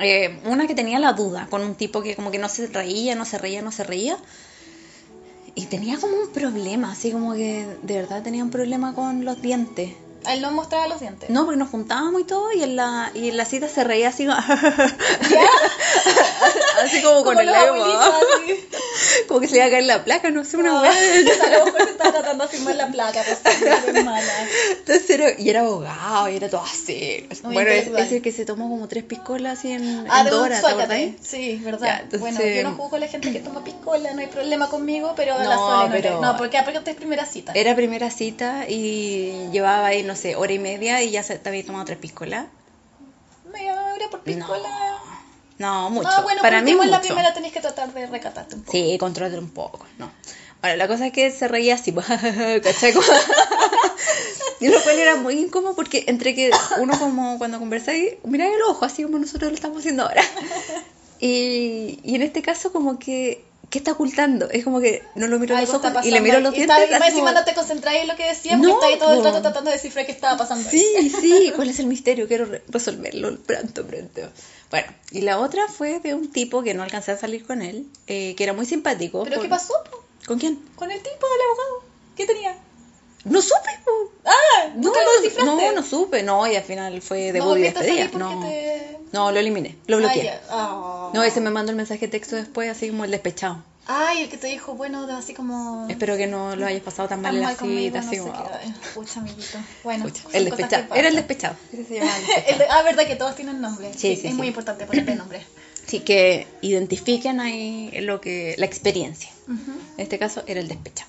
Speaker 1: Eh, una que tenía la duda con un tipo que como que no se reía, no se reía, no se reía. Y tenía como un problema, así como que de verdad tenía un problema con los dientes.
Speaker 2: A Él no mostraba los dientes.
Speaker 1: No, porque nos juntábamos y todo, y en la, y en la cita se reía así, como- [LAUGHS] así como con
Speaker 2: Como
Speaker 1: el
Speaker 2: los
Speaker 1: dedo,
Speaker 2: abuelitos,
Speaker 1: [LAUGHS]
Speaker 2: Ah. así.
Speaker 1: como que se le iba a caer la placa, no sé, una
Speaker 2: Ay,
Speaker 1: weá.
Speaker 2: [LAUGHS] a lo mejor se estaba tratando de firmar la placa,
Speaker 1: [LAUGHS]
Speaker 2: pues, qué mala.
Speaker 1: Entonces era- y era abogado, y era todo así.
Speaker 2: Muy
Speaker 1: bueno, es,
Speaker 2: intelectual.
Speaker 1: es el que se tomó como tres piscolas así en,
Speaker 2: Ah,
Speaker 1: en
Speaker 2: de un
Speaker 1: Dora, ¿te
Speaker 2: suácate.
Speaker 1: acordáis?
Speaker 2: Sí, verdad.
Speaker 1: Ya, entonces-
Speaker 2: Bueno, yo no juzgo a la gente que toma piscola, no hay problema conmigo, pero a la
Speaker 1: No,
Speaker 2: Sole no le-
Speaker 1: pero- Eh,
Speaker 2: No, porque aparte es primera cita.
Speaker 1: Era primera cita y llevaba ahí, no sé, hora y media y ya se te había tomado tres piscolas.
Speaker 2: Me abre por piscola.
Speaker 1: No, mucho.
Speaker 2: Ah, bueno,
Speaker 1: Para mí
Speaker 2: en
Speaker 1: mucho.
Speaker 2: la primera tenés que tratar de recatarte un poco.
Speaker 1: Sí, controlate un poco, no. Bueno, la cosa es que se reía así, [LAUGHS] ¿cachai? Como- [LAUGHS] y lo cual era muy incómodo porque entre que uno como cuando conversáis, mirá el ojo, así como nosotros lo estamos haciendo ahora. Y, y en este caso como que, ¿qué está ocultando? Es como que no lo miro a los
Speaker 2: Algo está
Speaker 1: ojos y
Speaker 2: pasando
Speaker 1: le miro
Speaker 2: ahí.
Speaker 1: los
Speaker 2: Y está-
Speaker 1: dientes.
Speaker 2: y más
Speaker 1: así como-
Speaker 2: encima no te concentráis en lo que decía, porque
Speaker 1: No,
Speaker 2: está ahí todo el
Speaker 1: po.
Speaker 2: rato tratando de descifrar qué estaba pasando. ahí.
Speaker 1: Sí, sí, ¿cuál es el misterio? Quiero re- resolverlo pronto, pronto. Bueno, y la otra fue de un tipo que no alcancé a salir con él, eh, que era muy simpático.
Speaker 2: ¿Pero
Speaker 1: por-
Speaker 2: qué pasó po?
Speaker 1: ¿Con quién?
Speaker 2: con el tipo del abogado? ¿Qué tenía?
Speaker 1: No supe. po.
Speaker 2: ¡Ah!
Speaker 1: No,
Speaker 2: ¿Nunca lo descifraste?
Speaker 1: no, no supe. No, y al final fue de
Speaker 2: No
Speaker 1: Buddy
Speaker 2: volviste a
Speaker 1: despedida.
Speaker 2: salir porque
Speaker 1: No,
Speaker 2: te...
Speaker 1: no, lo eliminé, lo bloqueé.
Speaker 2: Ay, ya. Ah.
Speaker 1: No, ese me mandó el mensaje de texto después, así como el despechado.
Speaker 2: Ay, el que te dijo, bueno, así como...
Speaker 1: Espero que no lo hayas pasado tan mal
Speaker 2: Ah, Tan
Speaker 1: en la
Speaker 2: mal conmigo,
Speaker 1: cita,
Speaker 2: no
Speaker 1: así
Speaker 2: sé
Speaker 1: como,
Speaker 2: qué.
Speaker 1: ah,
Speaker 2: Ay, Pucha, amiguito. Bueno,
Speaker 1: pucha,
Speaker 2: son
Speaker 1: El
Speaker 2: cosas que
Speaker 1: despechado.
Speaker 2: pasan.
Speaker 1: Era el despechado. Ese se llamaba el despechado.
Speaker 2: [LAUGHS] El de- Ah, verdad que todos tienen nombre.
Speaker 1: Sí, sí,
Speaker 2: es
Speaker 1: sí.
Speaker 2: muy importante ponerle nombre.
Speaker 1: [LAUGHS] Así que identifiquen ahí lo que, la experiencia. En este caso era el despechado.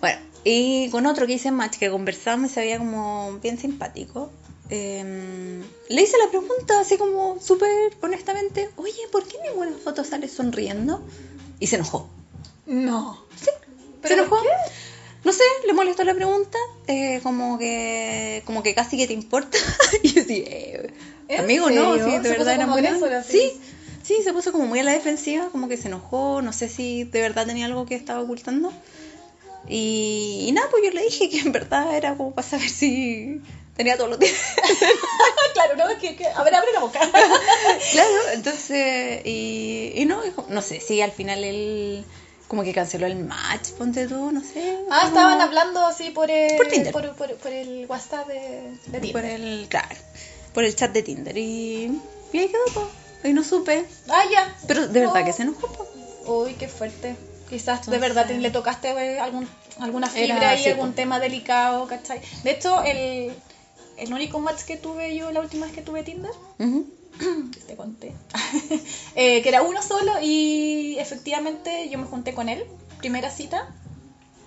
Speaker 1: Bueno, y con otro que hice match, que conversamos y se veía como bien simpático, eh, le hice la pregunta así como súper honestamente, oye, ¿por qué en ninguna foto sale sonriendo? Y se enojó.
Speaker 2: No.
Speaker 1: ¿Se
Speaker 2: ¿Pero
Speaker 1: enojó?
Speaker 2: por qué?
Speaker 1: No sé, le molestó la pregunta, eh, como que como que casi que te importa. [LAUGHS] y yo así, eh,
Speaker 2: ¿En
Speaker 1: amigo, no,
Speaker 2: serio?
Speaker 1: sí, de
Speaker 2: Se puso
Speaker 1: verdad era
Speaker 2: como
Speaker 1: muy
Speaker 2: agresor,
Speaker 1: grave.
Speaker 2: así.
Speaker 1: Sí, sí, se puso como muy a la defensiva, como que se enojó, no sé si de verdad tenía algo que estaba ocultando. Y, y nada, pues yo le dije que en verdad era como para saber si tenía todos los
Speaker 2: [LAUGHS]
Speaker 1: días. Ah,
Speaker 2: claro, no, es que, que- A ver, abre la boca.
Speaker 1: claro, entonces, y, y no, dijo- no sé, sí, al final él como que canceló el match, ponte tú, no sé.
Speaker 2: [LAUGHS] ah,
Speaker 1: como-
Speaker 2: estaban hablando así por el...
Speaker 1: Por Tinder.
Speaker 2: Por, por- por el WhatsApp de, de Tinder.
Speaker 1: por el claro por el chat de Tinder y, y ahí quedó po. y no supe
Speaker 2: Ah, ya.
Speaker 1: pero de verdad
Speaker 2: No.
Speaker 1: que se enojó po.
Speaker 2: Uy, qué fuerte. Quizás
Speaker 1: Entonces-
Speaker 2: de verdad te- le tocaste eh, algún, alguna fibra
Speaker 1: Era
Speaker 2: ahí,
Speaker 1: así, pues.
Speaker 2: algún
Speaker 1: po.
Speaker 2: tema delicado, ¿cachai? De hecho, el, el único match que tuve yo la última vez que tuve Tinder, [CLEARS THROAT]
Speaker 1: Ujú.
Speaker 2: te conté, [LAUGHS] eh, que era uno solo y efectivamente yo me junté con él, primera cita,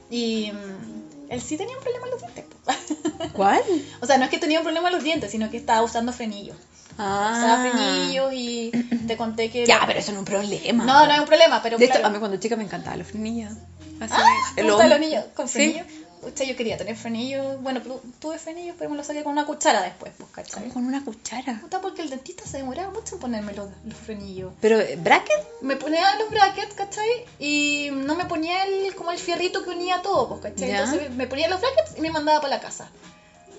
Speaker 2: y mm, él sí tenía un problema en los dientes. po. [LAUGHS]
Speaker 1: ¿cuál?
Speaker 2: o sea, no es que tenía un problema en los dientes, sino que estaba usando frenillos. Usaba frenillos y te conté que...
Speaker 1: Ah. ya pero eso no es un problema
Speaker 2: No, no es un problema, pero...
Speaker 1: de hecho
Speaker 2: claro.
Speaker 1: a mí cuando chica me encantaban los frenillos así
Speaker 2: Ah, ¿Te
Speaker 1: el
Speaker 2: gustan
Speaker 1: hombro.
Speaker 2: los niños con
Speaker 1: Sí.
Speaker 2: frenillos? Pucha, yo quería tener frenillos. Bueno, pero tuve frenillos, pero me los saqué con una cuchara después, pues, ¿cachai?
Speaker 1: como con una cuchara
Speaker 2: Puta, porque el dentista se demoraba mucho en ponerme los, los frenillos.
Speaker 1: pero eh, bracket
Speaker 2: Me ponía los brackets, ¿cachai? Y no me ponía el, como el fierrito que unía todo, pues, ¿cachai?
Speaker 1: Ya.
Speaker 2: Entonces me ponía los brackets y me mandaba para la casa.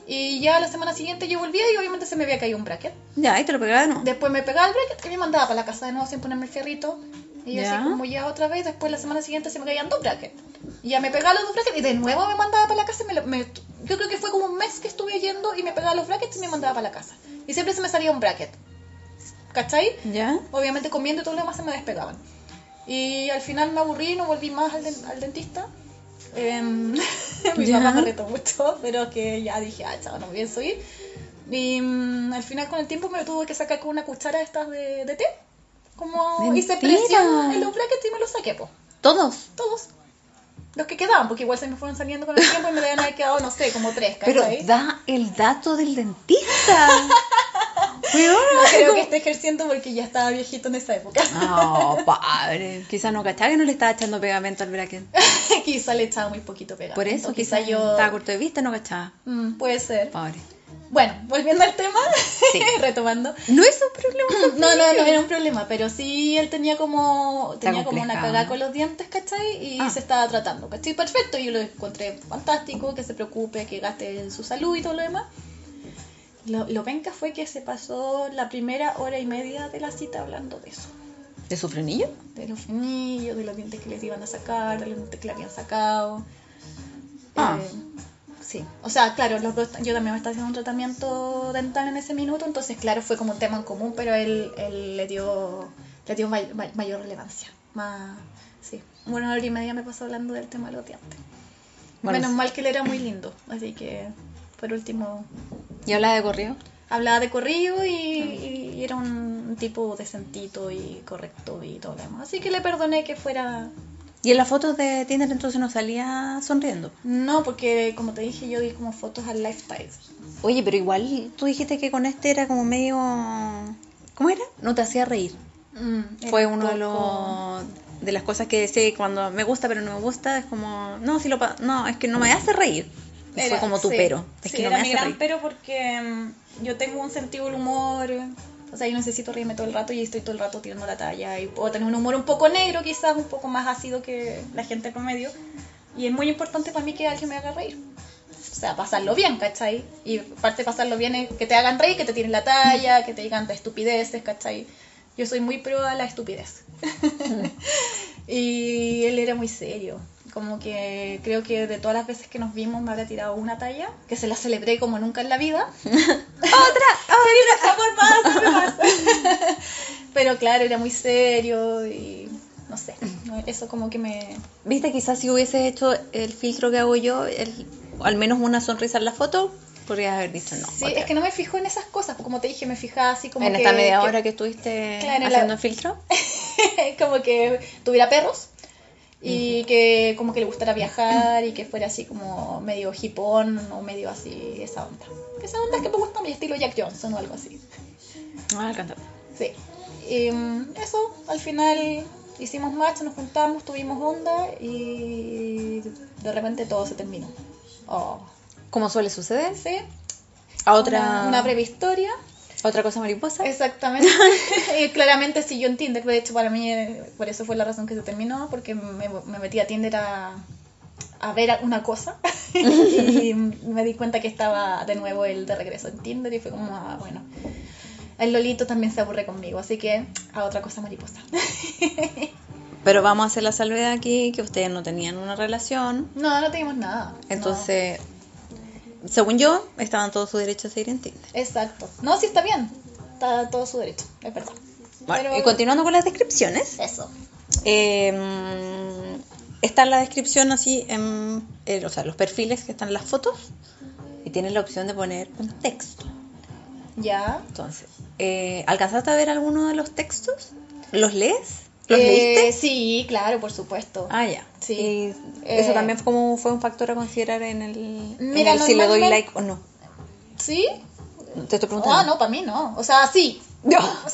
Speaker 2: Y ya la semana siguiente yo volvía y obviamente se me había caído un bracket.
Speaker 1: ya ahí te lo pegaba no
Speaker 2: Después me pegaba el bracket y me mandaba para la casa de nuevo sin ponerme el fierrito. Y yo
Speaker 1: Ya.
Speaker 2: así como ya otra vez, después la semana siguiente se me caían dos brackets. Y ya me pegaba los dos brackets y de nuevo me mandaba para la casa. y me lo- me- yo creo que fue como un mes que estuve yendo y me pegaba los brackets y me mandaba para la casa. Y siempre se me salía un bracket. ¿Cachai?
Speaker 1: ya
Speaker 2: Obviamente comiendo y todo lo demás se me despegaban. Y al final me aburrí, no volví más al, den- al dentista. Em, [LAUGHS] mi
Speaker 1: Ya.
Speaker 2: papá me retó mucho, pero que ya dije, ah, chao, no pienso ir. Y mm, al final con el tiempo me lo tuve que sacar con una cuchara de estas de, de té. Como hice
Speaker 1: Mentira.
Speaker 2: presión en los brackets y me lo saqué, po.
Speaker 1: Todos.
Speaker 2: Todos. Los que quedaban, porque igual se me fueron saliendo con el tiempo y me deben haber quedado, no sé, como tres,
Speaker 1: Pero
Speaker 2: ¿cachai?
Speaker 1: da el dato del
Speaker 2: [LAUGHS]
Speaker 1: dentista. Weona,
Speaker 2: No creo
Speaker 1: como-
Speaker 2: que esté ejerciendo porque ya estaba viejito en esa época.
Speaker 1: No, padre. Quizá no cachaba que no le estaba echando pegamento al bracket.
Speaker 2: [LAUGHS] quizá le echaba muy poquito pegado.
Speaker 1: Por eso,
Speaker 2: quizá
Speaker 1: quizá
Speaker 2: yo...
Speaker 1: Estaba corto de vista, no cachaba.
Speaker 2: Mm, puede ser.
Speaker 1: Pobre.
Speaker 2: Bueno, volviendo al tema,
Speaker 1: Sí.
Speaker 2: [LAUGHS] retomando.
Speaker 1: [CLEARS THROAT] No es un problema.
Speaker 2: No, no, no era un problema, pero sí él tenía como tenía como una
Speaker 1: complicado.
Speaker 2: cagada con los dientes, ¿cachai? Y
Speaker 1: Ah.
Speaker 2: se estaba tratando, ¿cachai? Perfecto, yo lo encontré fantástico, que se preocupe, que gaste en su salud y todo lo demás. Lo, lo penca fue que se pasó la primera hora y media de la cita hablando de eso.
Speaker 1: ¿De su frenillo?
Speaker 2: De los frenillos, de los dientes que les iban a sacar, de los dientes que le habían sacado.
Speaker 1: Ah.
Speaker 2: Eh, sí. O sea, claro, los dos, yo también me estaba haciendo un tratamiento dental en ese minuto, entonces, claro, fue como un tema en común, pero él, él le dio, le dio may- may- mayor relevancia. Más, sí. Una hora y media me pasó hablando del tema de los dientes.
Speaker 1: Bueno,
Speaker 2: Menos mal que él era muy lindo, así que, por último,
Speaker 1: ¿Y hablaba de corrido?
Speaker 2: hablaba de corrido y, y era un tipo decentito y correcto y todo lo demás. Así que le perdoné que fuera
Speaker 1: Y en las fotos de Tinder entonces no salía sonriendo.
Speaker 2: No, porque como te dije, yo di como fotos al lifestyle.
Speaker 1: Oye, pero igual tú dijiste que con este era como medio... ¿Cómo era? No te hacía reír.
Speaker 2: Mm,
Speaker 1: Fue uno de los... De las cosas que sí, cuando me gusta pero no me gusta, es como... No, si lo pa- no es que no me hace reír. Y fue como tu
Speaker 2: sí,
Speaker 1: pero. Es
Speaker 2: sí,
Speaker 1: que no
Speaker 2: era
Speaker 1: me
Speaker 2: mi
Speaker 1: hace
Speaker 2: gran
Speaker 1: reír.
Speaker 2: pero porque mm, yo tengo un sentido del humor. O sea, yo necesito reírme todo el rato y estoy todo el rato tirando la talla. Y puedo tener un humor un poco negro, quizás un poco más ácido que la gente promedio. Y es muy importante para mí que alguien me haga reír. O sea, pasarlo bien, ¿cachai? Y parte de pasarlo bien es que te hagan reír, que te tiren la talla, que te digan estupideces, ¿cachai? Yo soy muy pro a la estupidez. Y él era muy serio. Como que creo que de todas las veces que nos vimos me habrá tirado una talla, que se la celebré como nunca en
Speaker 1: [LAUGHS]
Speaker 2: la vida. ¡Otra! ¡Otra! por favor, pasa, pasa. Pero claro, era muy serio y no sé. Eso como que me...
Speaker 1: Viste, quizás si hubiese hecho el filtro que hago yo, el- al menos una sonrisa en la foto, podrías haber dicho no.
Speaker 2: Sí,
Speaker 1: otra
Speaker 2: es que no me fijo en esas cosas. Como te dije, me fijaba así como
Speaker 1: en
Speaker 2: que...
Speaker 1: esta media
Speaker 2: que-
Speaker 1: hora que estuviste
Speaker 2: Claro, la-
Speaker 1: haciendo el
Speaker 2: [LAUGHS]
Speaker 1: filtro.
Speaker 2: como que tuviera perros y que como que le gustara viajar y que fuera así como medio hipón o medio así esa onda. Esa onda que me gusta mi estilo Jack Johnson o algo así.
Speaker 1: Ah, el cantante.
Speaker 2: Sí. Y, mm, eso, al final hicimos match, nos juntamos, tuvimos onda y de repente todo se terminó. Oh.
Speaker 1: Como suele suceder.
Speaker 2: Sí.
Speaker 1: A otra,
Speaker 2: Una, una breve historia.
Speaker 1: otra cosa mariposa.
Speaker 2: Exactamente. [LAUGHS] y claramente sí, yo en Tinder, de hecho para mí, eh, por eso fue la razón que se terminó, porque me, me metí a Tinder a, a ver una cosa [LAUGHS] y me di cuenta que estaba de nuevo él de regreso en Tinder y fue como, ah, bueno, el Lolito también se aburre conmigo, así que a otra cosa mariposa. [LAUGHS]
Speaker 1: Pero vamos a hacer la salvedad aquí, que ustedes no tenían una relación.
Speaker 2: no, no teníamos nada. no.
Speaker 1: Entonces, según yo, estaban todos sus derechos a seguir en Tinder.
Speaker 2: Exacto. No, sí está bien, está todo su derecho, es verdad.
Speaker 1: Bueno,
Speaker 2: Pero-
Speaker 1: y continuando con las descripciones.
Speaker 2: Eso.
Speaker 1: eh, está la descripción así, en, eh, o sea, los perfiles que están en las fotos. Y tienes la opción de poner un texto.
Speaker 2: Ya.
Speaker 1: Entonces, eh, ¿alcanzaste a ver alguno de los textos? ¿Los lees? ¿Los
Speaker 2: Eh,
Speaker 1: leíste?
Speaker 2: Sí, claro, por supuesto.
Speaker 1: Ah, ya.
Speaker 2: Sí.
Speaker 1: Y
Speaker 2: Eh,
Speaker 1: eso también fue como fue un factor a considerar en el, en
Speaker 2: Mira,
Speaker 1: el si le doy
Speaker 2: normalmente-
Speaker 1: like o no.
Speaker 2: ¿Sí?
Speaker 1: Te estoy
Speaker 2: Ah,
Speaker 1: [LAUGHS] preguntando.
Speaker 2: no, para mí no. O sea, sí.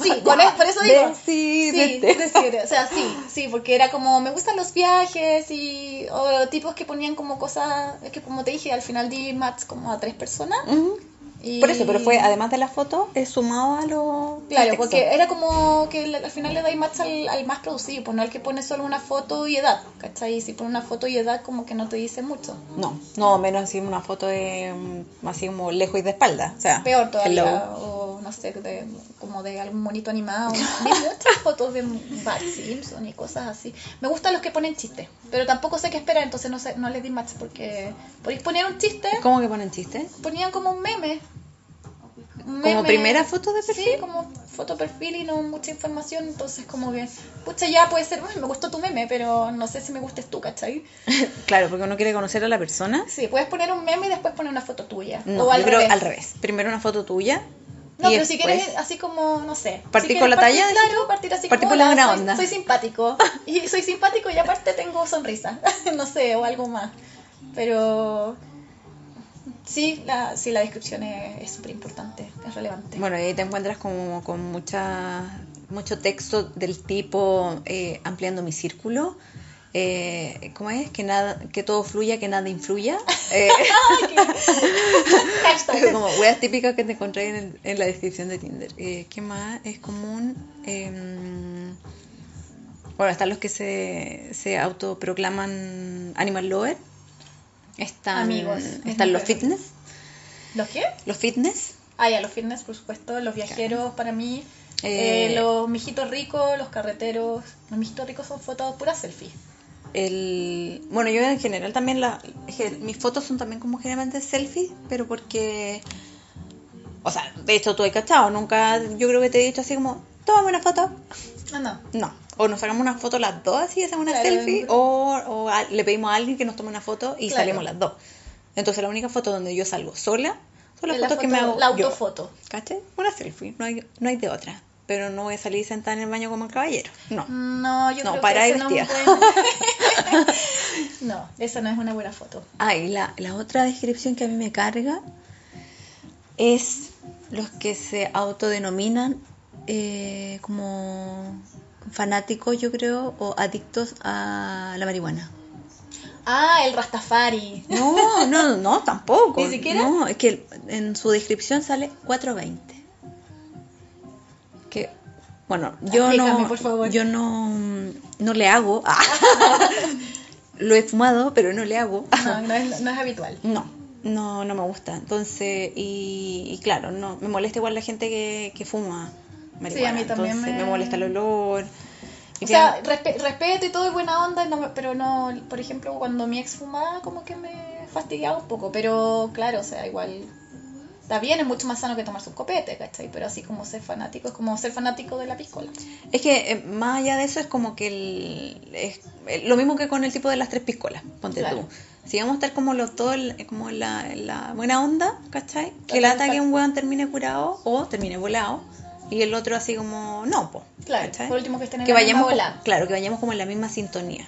Speaker 2: Sí, con e- por eso digo. Sí,
Speaker 1: Decídete.
Speaker 2: decir, o sea, sí, sí, porque era como, me gustan los viajes y o tipos que ponían como cosas, es que como te dije, al final di match como a tres personas.
Speaker 1: Ujú.
Speaker 2: y-
Speaker 1: Por eso, pero fue además de la foto, es sumado a lo.
Speaker 2: Claro,
Speaker 1: al texto.
Speaker 2: porque era como que al al final le dais match al, al más producido, pues no al que pone solo una foto y edad, ¿cachai? Y si pone una foto y edad como que no te dice mucho.
Speaker 1: No, no, menos así una foto de. mm, Así como lejos y de espalda. O sea,
Speaker 2: Peor todavía,
Speaker 1: hello.
Speaker 2: o no sé, de- como de algún
Speaker 1: [LAUGHS]
Speaker 2: monito animado. Vi muchas fotos de Bart Simpson y cosas así. Me gustan los que ponen chistes, pero tampoco sé qué esperar, entonces no, sé, no les di match porque podéis poner un chiste,
Speaker 1: ¿Cómo que ponen chistes?
Speaker 2: ponían como un meme. me-
Speaker 1: ¿Como
Speaker 2: me-
Speaker 1: primera foto de perfil?
Speaker 2: Sí, como foto perfil y no mucha información, entonces como que, pucha, ya puede ser, bueno, me gustó tu meme, pero no sé si me gustes tú, ¿cachai?
Speaker 1: Claro, porque uno quiere conocer a la persona.
Speaker 2: Sí, puedes poner un meme y después poner una foto tuya.
Speaker 1: No,
Speaker 2: o al
Speaker 1: yo creo
Speaker 2: revés.
Speaker 1: al revés. Primero una foto tuya.
Speaker 2: No,
Speaker 1: y
Speaker 2: pero si
Speaker 1: después-
Speaker 2: quieres así como, no sé. si
Speaker 1: ¿Partir
Speaker 2: quieres
Speaker 1: con la
Speaker 2: partir-
Speaker 1: talla?
Speaker 2: Claro, partir así
Speaker 1: Partir por
Speaker 2: como,
Speaker 1: la
Speaker 2: "Hola,
Speaker 1: buena
Speaker 2: soy,
Speaker 1: onda".
Speaker 2: soy
Speaker 1: [LAUGHS]
Speaker 2: simpático. Y soy simpático y aparte tengo sonrisa. [LAUGHS] no sé, o algo más. Pero sí, la, sí, la descripción es es súper importante, es relevante.
Speaker 1: Bueno, y ahí te encuentras como con mucha, mucho texto del tipo eh, ampliando mi círculo. Eh, ¿Cómo es? Que, nada, que todo fluya, que nada
Speaker 2: [LAUGHS]
Speaker 1: influya. Eh, [LAUGHS]
Speaker 2: Hashtag.
Speaker 1: como weas típicas que te encontré en, el- en la descripción de Tinder. Eh, ¿Qué más? Es común. eh, bueno, están los que se, se autoproclaman animal lover. Están,
Speaker 2: Amigos, es
Speaker 1: Están
Speaker 2: mi
Speaker 1: los
Speaker 2: perro.
Speaker 1: fitness.
Speaker 2: ¿Los qué?
Speaker 1: Los fitness.
Speaker 2: Ah, ya, los fitness, por supuesto, los viajeros para mí,
Speaker 1: Eh,
Speaker 2: eh, los mijitos ricos, los carreteros. Los mijitos ricos son fotos puras selfie.
Speaker 1: El, bueno, yo en general también la, ge- mis fotos son también como generalmente selfies, pero porque, o sea, de hecho tú has cachado, nunca, yo creo que te he dicho así como, tómame una foto,
Speaker 2: Ah, no.
Speaker 1: no, o nos sacamos una foto las dos así, hacemos una
Speaker 2: Claro,
Speaker 1: selfie,
Speaker 2: en grupo.
Speaker 1: o, o a- le pedimos a alguien que nos tome una foto y
Speaker 2: Claro.
Speaker 1: salimos las dos. Entonces la única foto donde yo salgo sola son las
Speaker 2: Es
Speaker 1: fotos que me
Speaker 2: foto-
Speaker 1: hago
Speaker 2: La
Speaker 1: yo.
Speaker 2: autofoto.
Speaker 1: ¿Cachai? Una selfie, no hay, no hay de otra, pero no voy a salir sentada en el baño como el caballero, no.
Speaker 2: Mm. No, yo
Speaker 1: No,
Speaker 2: creo
Speaker 1: para
Speaker 2: que
Speaker 1: ahí
Speaker 2: eso no, es
Speaker 1: vestida.
Speaker 2: un buen- [LAUGHS] no, esa no es una buena foto.
Speaker 1: Ah, y la, la otra descripción que a mí me carga es los que se autodenominan eh, como fanáticos, yo creo, o adictos a la marihuana.
Speaker 2: Ah, el Rastafari.
Speaker 1: No, no, no, tampoco.
Speaker 2: ¿Ni siquiera?
Speaker 1: No, es que en su descripción sale 420. Que, bueno, yo
Speaker 2: Explícame,
Speaker 1: no,
Speaker 2: por favor.
Speaker 1: yo no, no le hago. ah, [LAUGHS] Lo he fumado, pero no le hago.
Speaker 2: No, no es, no es habitual.
Speaker 1: [LAUGHS] No, no, no me gusta. Entonces, y, y claro, no, me molesta igual la gente que, que fuma marihuana.
Speaker 2: Sí, a mí también
Speaker 1: Entonces,
Speaker 2: me-
Speaker 1: me... molesta el olor. Y
Speaker 2: O sea,
Speaker 1: finalmente-
Speaker 2: respe- respeto y todo es buena onda, no me- pero no, por ejemplo, cuando mi ex fumaba, como que me fastidiaba un poco, pero claro, o sea, igual está bien, es mucho más sano que tomar un copete, ¿cachai? Pero así como ser fanático, es como ser fanático de la piscola.
Speaker 1: es que eh, más allá de eso es como que el, es eh, lo mismo que con el tipo de las tres piscolas, ponte
Speaker 2: Claro.
Speaker 1: tú. Si vamos a estar como los dos, el- como en la, en la buena onda, ¿cachai? Que el
Speaker 2: Claro,
Speaker 1: ataque
Speaker 2: exacto.
Speaker 1: un hueón termine curado o termine volado y el otro así como, no, po.
Speaker 2: Claro,
Speaker 1: ¿cachai?
Speaker 2: por último que estén en
Speaker 1: que
Speaker 2: la
Speaker 1: vayamos
Speaker 2: misma
Speaker 1: como-
Speaker 2: bola.
Speaker 1: claro que vayamos como en la misma sintonía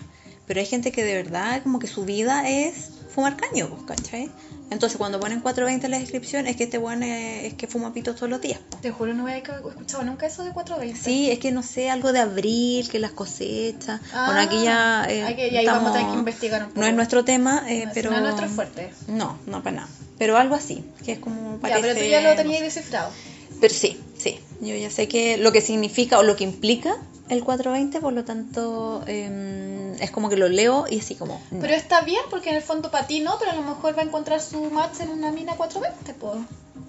Speaker 1: pero hay gente que de verdad como que su vida es fumar caño pues, ¿cachai? entonces cuando ponen 420 en la descripción es que este weón eh, es, que fuma pitos todos los días po.
Speaker 2: Te juro, no había escuchado nunca eso de 420.
Speaker 1: sí es que no sé algo de abril que las cosechas bueno aquí ya
Speaker 2: Ah,
Speaker 1: eh,
Speaker 2: aquí ya ahí vamos a tener que investigar un poco.
Speaker 1: no es nuestro tema eh,
Speaker 2: No es-
Speaker 1: pero
Speaker 2: no es nuestro fuerte.
Speaker 1: no no para nada pero algo así que es como
Speaker 2: Ya,
Speaker 1: parece
Speaker 2: pero tú ya lo
Speaker 1: no
Speaker 2: tenías
Speaker 1: sé.
Speaker 2: descifrado.
Speaker 1: Pero sí, sí, yo ya sé que lo que significa o lo que implica el 420, por lo tanto eh, es como que lo leo y así como... no.
Speaker 2: Pero está bien, porque en el fondo para ti no, pero a lo mejor va a encontrar su match en una mina 420, po.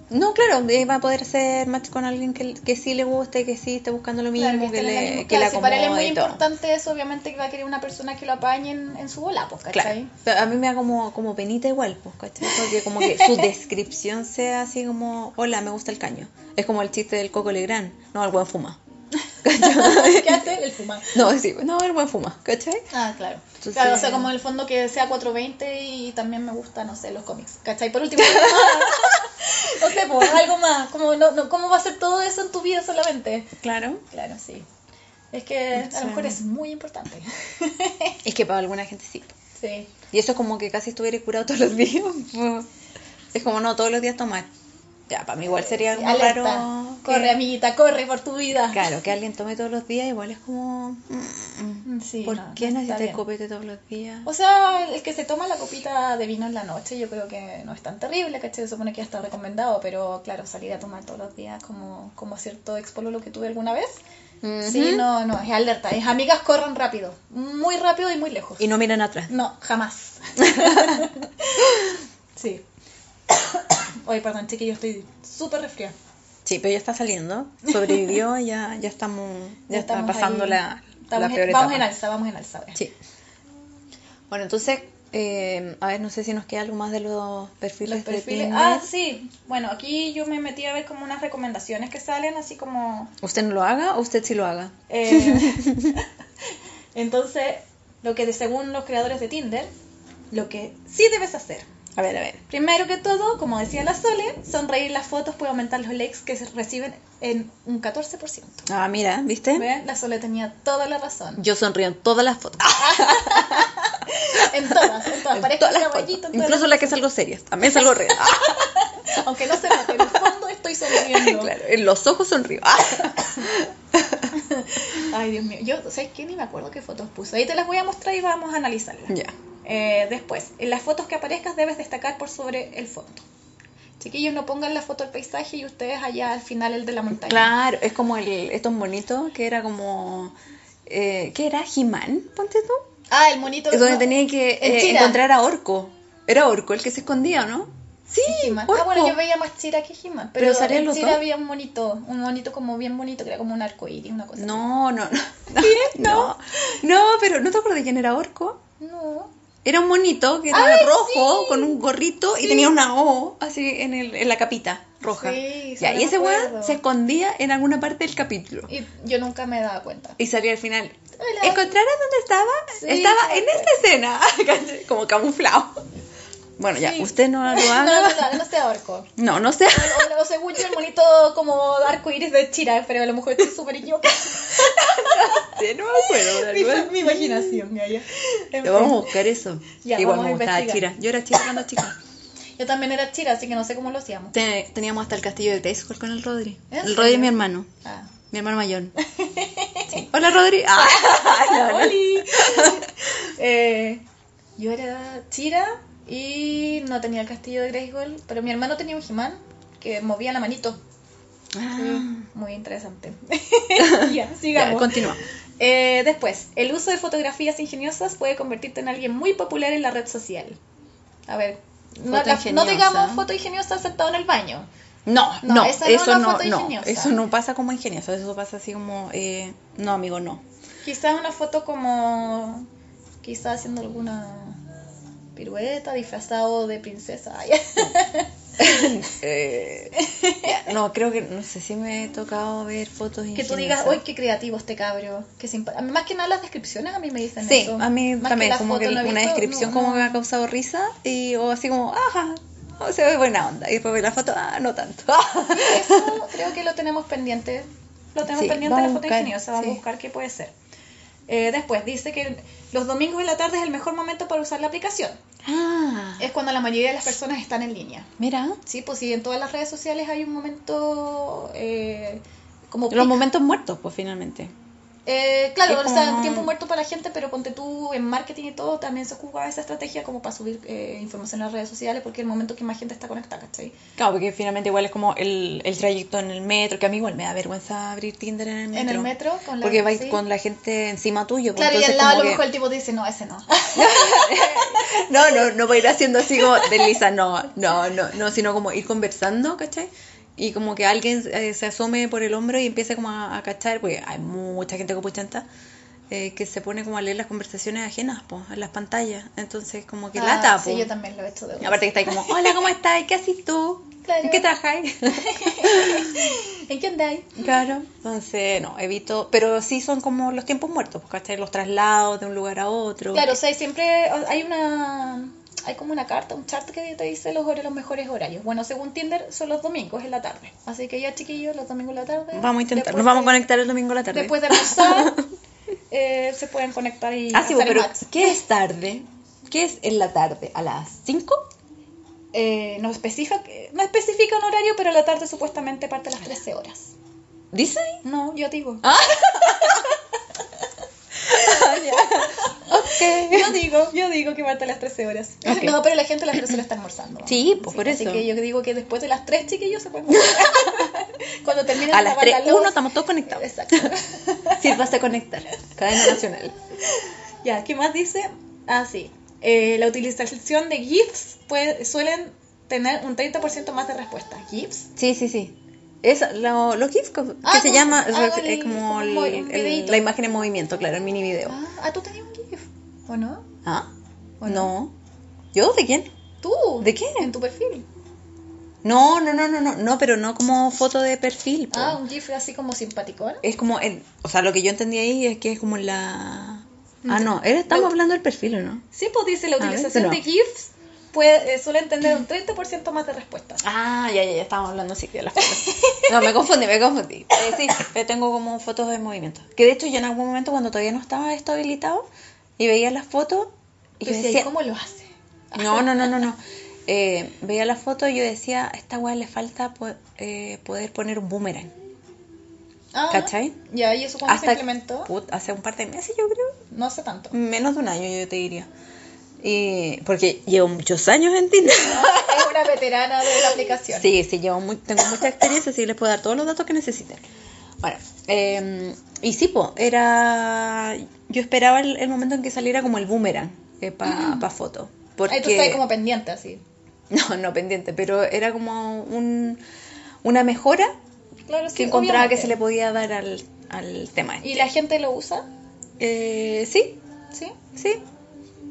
Speaker 1: No, claro, eh, va a poder hacer match con alguien que, que sí le guste, que sí esté buscando lo mismo,
Speaker 2: Claro,
Speaker 1: que,
Speaker 2: estén en
Speaker 1: le,
Speaker 2: la misma-
Speaker 1: que le
Speaker 2: claro, si para él es
Speaker 1: acomode
Speaker 2: muy
Speaker 1: y todo.
Speaker 2: importante eso, obviamente que va a querer una persona que lo apañe en, en su bola, pues,
Speaker 1: Claro,
Speaker 2: ¿cachai?
Speaker 1: pero a mí me da como, como penita igual, pues, ¿cachai? Porque como que
Speaker 2: [LAUGHS]
Speaker 1: su descripción sea así como, hola, me gusta el caño. Es como el chiste del Coco Legrand, no, el buen fuma. [LAUGHS]
Speaker 2: [LAUGHS] ¿Qué hace? El fumar.
Speaker 1: No, sí, no, el buen fuma, ¿cachai?
Speaker 2: Ah, claro.
Speaker 1: Entonces- eh.
Speaker 2: Claro, o sea, como en el fondo que sea 420 y también me gusta, no sé, los cómics, ¿cachai? Por último, [LAUGHS] no sé, pues, algo más. Como, no, no, ¿Cómo va a ser todo eso en tu vida solamente?
Speaker 1: Claro.
Speaker 2: Claro, sí. Es que a
Speaker 1: Sí.
Speaker 2: lo mejor es muy importante. [LAUGHS]
Speaker 1: Es que para alguna gente sí.
Speaker 2: Sí.
Speaker 1: Y eso es como que casi estuviera curado todos los [LAUGHS] días. pues. es como, no, todos los días tomar. Ya, para mí igual sería
Speaker 2: Sí,
Speaker 1: como
Speaker 2: alerta.
Speaker 1: raro.
Speaker 2: Corre,
Speaker 1: que,
Speaker 2: amiguita, corre por tu vida.
Speaker 1: Claro, que alguien tome todos los días, igual es como. mm,
Speaker 2: Mm, sí,
Speaker 1: ¿Por
Speaker 2: no,
Speaker 1: qué
Speaker 2: no está
Speaker 1: necesitas
Speaker 2: bien.
Speaker 1: copete todos los días?
Speaker 2: O sea, el que se toma la copita de vino en la noche, yo creo que no es tan terrible, ¿cachai? Se supone que ya está recomendado, pero claro, salir a tomar todos los días como, como cierto expolo lo que tuve alguna vez. Sí,
Speaker 1: Ujú.
Speaker 2: no, no, es alerta. Es amigas corran rápido, muy rápido y muy lejos.
Speaker 1: Y no miran atrás.
Speaker 2: No,
Speaker 1: [LAUGHS]
Speaker 2: jamás. sí. [COUGHS] Oye, perdón, chiquillo, estoy súper resfriada.
Speaker 1: Sí, pero ya está saliendo.
Speaker 2: [LAUGHS]
Speaker 1: Sobrevivió, ya, ya estamos. Ya, está
Speaker 2: estamos
Speaker 1: pasando
Speaker 2: ahí.
Speaker 1: la, la
Speaker 2: Estamos en-
Speaker 1: peor
Speaker 2: Vamos
Speaker 1: etapa.
Speaker 2: en alza, vamos en alza.
Speaker 1: Sí. Bueno, entonces, eh, a ver, no sé si nos queda algo más de los perfiles,
Speaker 2: Los perfiles.
Speaker 1: de Tinder.
Speaker 2: Ah, sí. Bueno, aquí yo me metí a ver como unas recomendaciones que salen, así como
Speaker 1: ¿Usted no lo haga o usted sí lo haga? [LAUGHS]
Speaker 2: Eh, entonces, lo que de- según los creadores de Tinder, lo que sí debes hacer.
Speaker 1: A ver, a ver.
Speaker 2: Primero que todo, como decía la Sole, sonreír las fotos puede aumentar los likes que se reciben en un 14%.
Speaker 1: Ah, mira, ¿viste?
Speaker 2: ¿Ven? La Sole tenía toda la razón.
Speaker 1: Yo sonrío en todas las fotos.
Speaker 2: En todas, en
Speaker 1: [LAUGHS] En
Speaker 2: todas. Ah, Parezco
Speaker 1: todas
Speaker 2: un
Speaker 1: las
Speaker 2: caballito.
Speaker 1: fotos.
Speaker 2: en todas
Speaker 1: Incluso la que salgo seria. También salgo real.
Speaker 2: [LAUGHS] las- Aunque no se note, en el fondo estoy
Speaker 1: [LAUGHS]
Speaker 2: sonriendo.
Speaker 1: claro, en los ojos sonrío. Ah,
Speaker 2: Ay, Dios mío. Yo, ¿sabes qué? Ni me acuerdo qué fotos puse. Ahí te las voy a mostrar y vamos a analizarlas.
Speaker 1: ya.
Speaker 2: Eh, después, en las fotos que aparezcas debes destacar por sobre el fondo. Chiquillos, no pongan la foto del paisaje y ustedes allá al final el de la montaña.
Speaker 1: Claro, es como el, estos monitos que era como. Eh, ¿Qué era? ¿Jimán? Ponte tú.
Speaker 2: Ah, el monito.
Speaker 1: Es donde
Speaker 2: no,
Speaker 1: tenía que
Speaker 2: en
Speaker 1: eh,
Speaker 2: Chira.
Speaker 1: encontrar a Orco. Era Orco el que se escondía, ¿no? Sí,
Speaker 2: He-Man.
Speaker 1: Orco.
Speaker 2: Ah, bueno, yo veía más Chira que He-Man. Pero,
Speaker 1: Pero salían
Speaker 2: en
Speaker 1: los
Speaker 2: Chira
Speaker 1: dos.
Speaker 2: había un monito, un monito como bien bonito que era como un arco iris, una cosa.
Speaker 1: No, no, no.
Speaker 2: [LAUGHS]
Speaker 1: No, no, pero ¿no te acuerdas de quién era Orco?
Speaker 2: así. No.
Speaker 1: Era un monito que era
Speaker 2: ¡Ay,
Speaker 1: rojo,
Speaker 2: sí!
Speaker 1: con un gorrito
Speaker 2: Sí.
Speaker 1: y tenía una O así en, el, en la capita roja.
Speaker 2: Sí, sí
Speaker 1: Ya,
Speaker 2: me
Speaker 1: y ese
Speaker 2: acuerdo.
Speaker 1: weón se escondía en alguna parte del capítulo.
Speaker 2: Y yo nunca me daba cuenta.
Speaker 1: Y salía al final.
Speaker 2: Hola.
Speaker 1: ¿Encontrarás dónde estaba?
Speaker 2: Sí,
Speaker 1: estaba
Speaker 2: me
Speaker 1: en esta escena, [LAUGHS] ¿cachai? como camuflado. Bueno, ya,
Speaker 2: Sí.
Speaker 1: usted no lo
Speaker 2: [LAUGHS] No, no,
Speaker 1: haga.
Speaker 2: no, no sea orco.
Speaker 1: No, no sé.
Speaker 2: O, o según yo, el monito como arco iris de Chira, pero a lo mejor estoy súper equivocada.
Speaker 1: Sí, No me acuerdo. de
Speaker 2: mi,
Speaker 1: alguna-
Speaker 2: mi imaginación, Gaya. En
Speaker 1: Te vamos a
Speaker 2: fin.
Speaker 1: buscar eso.
Speaker 2: Ya,
Speaker 1: Igual
Speaker 2: vamos a
Speaker 1: me gustaba
Speaker 2: investigar.
Speaker 1: Chira. Yo era Chira cuando chica.
Speaker 2: Yo también era chira, así que no sé cómo lo hacíamos.
Speaker 1: Te- Teníamos hasta el castillo de Grayskull con el Rodri.
Speaker 2: ¿En
Speaker 1: El Rodri
Speaker 2: serio?
Speaker 1: es mi hermano.
Speaker 2: Ah.
Speaker 1: Mi hermano
Speaker 2: [LAUGHS]
Speaker 1: mayor. Sí. Hola, Rodri. Ah, no, no. [LAUGHS]
Speaker 2: ¡Oli! Eh, yo era chira y no tenía el castillo de Grayskull, pero mi hermano tenía un jimán que movía la manito.
Speaker 1: Ah.
Speaker 2: Muy interesante. [LAUGHS] ya, sigamos.
Speaker 1: Ya, continúa.
Speaker 2: Eh, después, el uso de fotografías ingeniosas puede convertirte en alguien muy popular en la red social. A ver, no,
Speaker 1: Foto
Speaker 2: la- no
Speaker 1: ingeniosa.
Speaker 2: digamos foto ingeniosa sentado en el baño.
Speaker 1: No,
Speaker 2: No,
Speaker 1: no,
Speaker 2: esa no es
Speaker 1: eso
Speaker 2: una
Speaker 1: no,
Speaker 2: foto
Speaker 1: no,
Speaker 2: ingeniosa.
Speaker 1: eso no pasa como ingenioso, eso pasa así como, eh, no, amigo,
Speaker 2: [LAUGHS]
Speaker 1: no.
Speaker 2: Quizás una foto como. Quizás haciendo alguna pirueta, disfrazado de princesa. [LAUGHS] Ay,
Speaker 1: Eh, no, creo que, no sé si me he tocado ver fotos
Speaker 2: que tú
Speaker 1: ingeniosas.
Speaker 2: digas, uy, qué creativo este cabro. Qué simpa-". A mí, Más que nada las descripciones a mí me dicen
Speaker 1: Sí,
Speaker 2: eso.
Speaker 1: a mí
Speaker 2: Más
Speaker 1: también,
Speaker 2: la
Speaker 1: como que
Speaker 2: foto, no he
Speaker 1: una
Speaker 2: visto-
Speaker 1: descripción
Speaker 2: no,
Speaker 1: como
Speaker 2: no.
Speaker 1: que me ha causado risa y o así como, ajá, o se ve buena onda. Y después ve la foto, ah, no tanto.
Speaker 2: [LAUGHS]
Speaker 1: [LAUGHS]
Speaker 2: Eso creo que lo tenemos pendiente. Lo tenemos
Speaker 1: Sí,
Speaker 2: pendiente
Speaker 1: vamos
Speaker 2: la
Speaker 1: a
Speaker 2: foto
Speaker 1: buscar,
Speaker 2: ingeniosa. Vamos a
Speaker 1: sí.
Speaker 2: buscar qué puede ser. Eh, después dice que los domingos en la tarde es el mejor momento para usar la aplicación.
Speaker 1: ah,
Speaker 2: Es cuando la mayoría de las personas están en línea.
Speaker 1: mira,
Speaker 2: Sí, pues sí, en todas las redes sociales hay un momento eh, como
Speaker 1: los
Speaker 2: pic.
Speaker 1: momentos muertos, pues finalmente.
Speaker 2: Eh, claro,
Speaker 1: Es
Speaker 2: o sea,
Speaker 1: como-
Speaker 2: tiempo muerto para la gente, pero ponte tú en marketing y todo, también se jugaba esa estrategia como para subir eh, información a las redes sociales, porque es el momento que más gente está conectada, ¿cachai?
Speaker 1: Claro, porque finalmente igual es como el, el trayecto en el metro, que a mí igual me da vergüenza abrir Tinder en el metro.
Speaker 2: En el metro, con la
Speaker 1: Porque vais
Speaker 2: sí.
Speaker 1: con la gente encima tuyo. pues,
Speaker 2: Claro, y al
Speaker 1: entonces
Speaker 2: lado a lo
Speaker 1: como Ah,
Speaker 2: mejor el tipo dice, no,
Speaker 1: [LAUGHS]
Speaker 2: ese no.
Speaker 1: que- No, no, no voy a ir haciendo así como desliza, no, no, no, no, sino como ir conversando, ¿cachai? Y como que alguien eh, se asome por el hombro y empiece como a, a cachar, porque hay mucha gente copuchenta eh, que se pone como a leer las conversaciones ajenas, pues, en las pantallas. Entonces, como que
Speaker 2: Ah,
Speaker 1: lata,
Speaker 2: Sí,
Speaker 1: po.
Speaker 2: yo también lo he hecho de
Speaker 1: Aparte que está ahí como, hola, ¿cómo estás? ¿Qué haces tú?
Speaker 2: Claro.
Speaker 1: ¿En qué trabajáis? [LAUGHS]
Speaker 2: ¿En qué andáis?
Speaker 1: Claro, entonces no, evito, pero sí son como los tiempos muertos, pues, ¿cachai? Los traslados de un lugar a otro.
Speaker 2: Claro, o sea, siempre o- hay una... Hay como una carta, un chart que te dice los, hor- los mejores horarios. Bueno, según Tinder, son los domingos en la tarde. Así que ya, chiquillos, los domingos en la tarde.
Speaker 1: Vamos a intentar,
Speaker 2: después
Speaker 1: nos vamos a
Speaker 2: de-
Speaker 1: conectar el domingo a la tarde.
Speaker 2: Después
Speaker 1: [LAUGHS]
Speaker 2: de almorzar, eh, se pueden conectar y
Speaker 1: ah, sí,
Speaker 2: hacer
Speaker 1: pero
Speaker 2: match.
Speaker 1: ¿qué es tarde? ¿Qué es en la tarde? ¿A las 5?
Speaker 2: Eh, no, especifica, no especifica un horario, pero la tarde supuestamente parte a las 13 horas.
Speaker 1: ¿Dice? ahí?
Speaker 2: No, yo
Speaker 1: [LAUGHS]
Speaker 2: digo.
Speaker 1: Ok.
Speaker 2: Yo digo, yo digo que parte a las 13 horas.
Speaker 1: Ok.
Speaker 2: No, pero la gente a las 13 horas está almorzando.
Speaker 1: Sí, pues, por
Speaker 2: Así
Speaker 1: eso.
Speaker 2: que yo digo que después de las 3, chiquillos, se pueden
Speaker 1: [LAUGHS]
Speaker 2: Cuando terminen
Speaker 1: A
Speaker 2: de
Speaker 1: las
Speaker 2: lavar la
Speaker 1: 3, 1
Speaker 2: loza.
Speaker 1: estamos todos conectados.
Speaker 2: Exacto. [LAUGHS]
Speaker 1: Sirvas a conectar. Cadena nacional.
Speaker 2: ya, ¿qué más dice? Ah, sí. Eh, la utilización de GIFs puede- suelen tener un 30% más de respuesta. ¿GIFs?
Speaker 1: Sí, sí, sí. Es lo, los GIFs co- que
Speaker 2: Ah,
Speaker 1: se
Speaker 2: como-
Speaker 1: llama, es,
Speaker 2: ah,
Speaker 1: es
Speaker 2: el- como
Speaker 1: como el-
Speaker 2: un
Speaker 1: el-
Speaker 2: videíto.
Speaker 1: la imagen en movimiento, claro, el mini video.
Speaker 2: Ah, ah, tú tenías un GIF. ¿O no?
Speaker 1: ¿Ah?
Speaker 2: ¿O no?
Speaker 1: No. ¿Yo? ¿De quién?
Speaker 2: ¿Tú?
Speaker 1: ¿De qué?
Speaker 2: En tu perfil.
Speaker 1: No, no, no, no, no, no, pero no como foto de perfil. po.
Speaker 2: Ah, un GIF así como ¿eh? simpaticón.
Speaker 1: Es como, el, o sea, lo que yo entendí ahí es que es como la...
Speaker 2: Mm.
Speaker 1: Ah, no, era- estamos hablando del perfil, ¿o no?
Speaker 2: Sí, pues dice la
Speaker 1: A ver,
Speaker 2: utilización
Speaker 1: pero-
Speaker 2: de GIFs puede, eh, suele entender un 30% más de respuestas.
Speaker 1: Ah, ya, ya, ya, estábamos hablando así de las fotos. No, me confundí, me confundí. Eh, sí, pero tengo como fotos de movimiento. Que de hecho yo en algún momento cuando todavía no estaba esto habilitado y veía las fotos y yo
Speaker 2: Entonces,
Speaker 1: decía...
Speaker 2: Pues, ¿cómo lo hace?
Speaker 1: [LAUGHS] No, no, no, no, no. Eh, veía la foto y yo decía, a esta weá le falta po- eh, poder poner un boomerang.
Speaker 2: Ah,
Speaker 1: ¿Cachai?
Speaker 2: Ya, y eso cuando se implementó,
Speaker 1: put- hace un par de meses yo creo.
Speaker 2: no hace tanto. [LAUGHS]
Speaker 1: Menos de un año yo te diría. Y, porque llevo muchos años en Tinder.
Speaker 2: es una veterana de la aplicación.
Speaker 1: Sí, sí, llevo mu- tengo mucha experiencia, sí, les puedo dar todos los datos que necesiten. Bueno, eh, y sí, po, era... Yo esperaba el, el momento en que saliera como el boomerang para foto. Porque...
Speaker 2: Mm. Ahí tú estás como pendiente, así.
Speaker 1: [LAUGHS] No, no pendiente, pero era como un, una mejora
Speaker 2: Claro,
Speaker 1: que encontraba que se le podía dar al, al tema.
Speaker 2: ¿Y la gente lo usa?
Speaker 1: Eh, sí,
Speaker 2: ¿Sí?
Speaker 1: sí,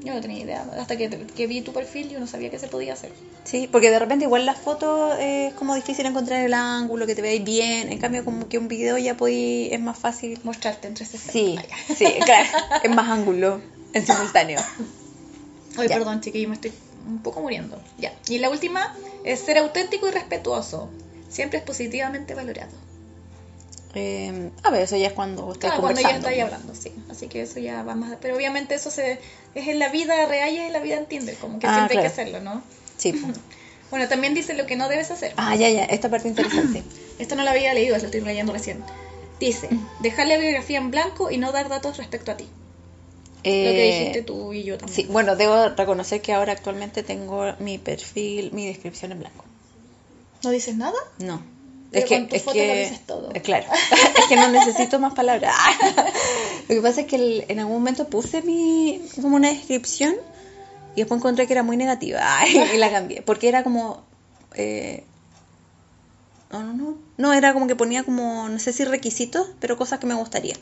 Speaker 2: Yo no tenía idea. Hasta que, que vi tu perfil, yo no sabía que se podía hacer.
Speaker 1: sí, porque de repente igual las fotos eh, es como difícil encontrar el ángulo, que te veáis bien, en cambio como que un video ya podí, es más fácil.
Speaker 2: Mostrarte entre 60.
Speaker 1: Sí,
Speaker 2: [LAUGHS]
Speaker 1: sí, claro, es más ángulo en simultáneo.
Speaker 2: Ay,
Speaker 1: Ya.
Speaker 2: perdón, chiquillo, me estoy un poco muriendo. Ya. Y la última es ser auténtico y respetuoso. Siempre es positivamente valorado.
Speaker 1: Eh, a ver, eso ya es cuando estás
Speaker 2: Claro, Ah, cuando ya
Speaker 1: conversando.
Speaker 2: está ahí hablando, sí. Así que eso ya va más. Pero obviamente eso se es en la vida real y es en la vida en Tinder, como que
Speaker 1: Ah,
Speaker 2: siempre hay que
Speaker 1: claro.
Speaker 2: hacerlo, ¿no?
Speaker 1: Sí, po.
Speaker 2: Bueno, también dice lo que no debes hacer.
Speaker 1: Ah, ya, ya, esta parte interesante.
Speaker 2: Esto no lo había leído, lo estoy leyendo recién. Dice,
Speaker 1: Mm.
Speaker 2: dejar la biografía en blanco y no dar datos respecto a ti. Lo que
Speaker 1: Eh,
Speaker 2: dijiste tú y yo también.
Speaker 1: Sí, bueno, debo reconocer que ahora actualmente tengo mi perfil, mi descripción en blanco.
Speaker 2: ¿No dices nada?
Speaker 1: No.
Speaker 2: Pero
Speaker 1: es que,
Speaker 2: con tu
Speaker 1: es
Speaker 2: foto
Speaker 1: que,
Speaker 2: lo dices todo.
Speaker 1: eh, Claro. [LAUGHS] es que no necesito más palabras. [LAUGHS] lo que pasa es que el- en algún momento puse mi como una descripción y después encontré que era muy negativa [LAUGHS] y la cambié. Porque era como... eh, no, no, no. No, era como que ponía como, no sé si requisitos, pero cosas que me gustaría.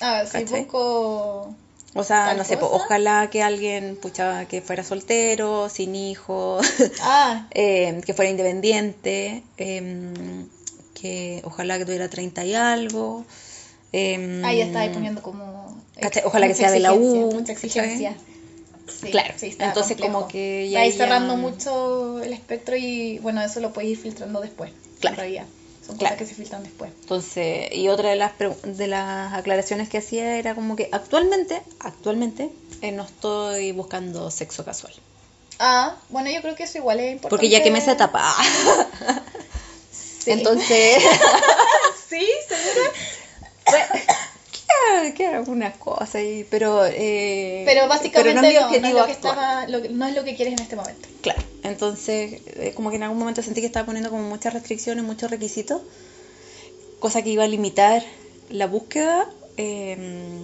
Speaker 2: Ah, sí,
Speaker 1: ¿Cachai?
Speaker 2: busco...
Speaker 1: O sea,
Speaker 2: ¿Tal
Speaker 1: no sé, po,
Speaker 2: cosa?
Speaker 1: ojalá que alguien, pucha, que fuera soltero, sin hijos, [LAUGHS]
Speaker 2: Ah,
Speaker 1: eh, que fuera independiente, eh, que ojalá que tuviera 30 y algo. eh,
Speaker 2: ahí está ahí poniendo como...
Speaker 1: ¿Cachai? Ojalá que
Speaker 2: mucha
Speaker 1: sea de la U,
Speaker 2: exigencia, Mucha
Speaker 1: ¿cachai?
Speaker 2: exigencia. Sí,
Speaker 1: Claro,
Speaker 2: sí, está
Speaker 1: entonces
Speaker 2: complejo.
Speaker 1: como que
Speaker 2: Está
Speaker 1: ya
Speaker 2: ahí
Speaker 1: ya-
Speaker 2: cerrando mucho el espectro y bueno, eso lo puedes ir filtrando después.
Speaker 1: Claro.
Speaker 2: En realidad. Son cosas
Speaker 1: Claro.
Speaker 2: que se filtran después.
Speaker 1: Entonces, y otra de las, pregu- de las aclaraciones que hacía era como que actualmente, actualmente, eh, no estoy buscando sexo casual.
Speaker 2: Ah, bueno, yo creo que eso igual es importante.
Speaker 1: Porque ya quemé esa etapa.
Speaker 2: [LAUGHS] Sí.
Speaker 1: Entonces,
Speaker 2: [LAUGHS] Sí, seguro.
Speaker 1: [LAUGHS] Eh, que- que algunas cosas, ahí, pero... eh,
Speaker 2: Pero básicamente
Speaker 1: pero no es mi
Speaker 2: no, no
Speaker 1: objetivo
Speaker 2: es lo que
Speaker 1: actual.
Speaker 2: estaba, lo que- no es lo que quieres en este momento.
Speaker 1: Claro, entonces eh, como que en algún momento sentí que estaba poniendo como muchas restricciones, muchos requisitos, cosa que iba a limitar la búsqueda eh,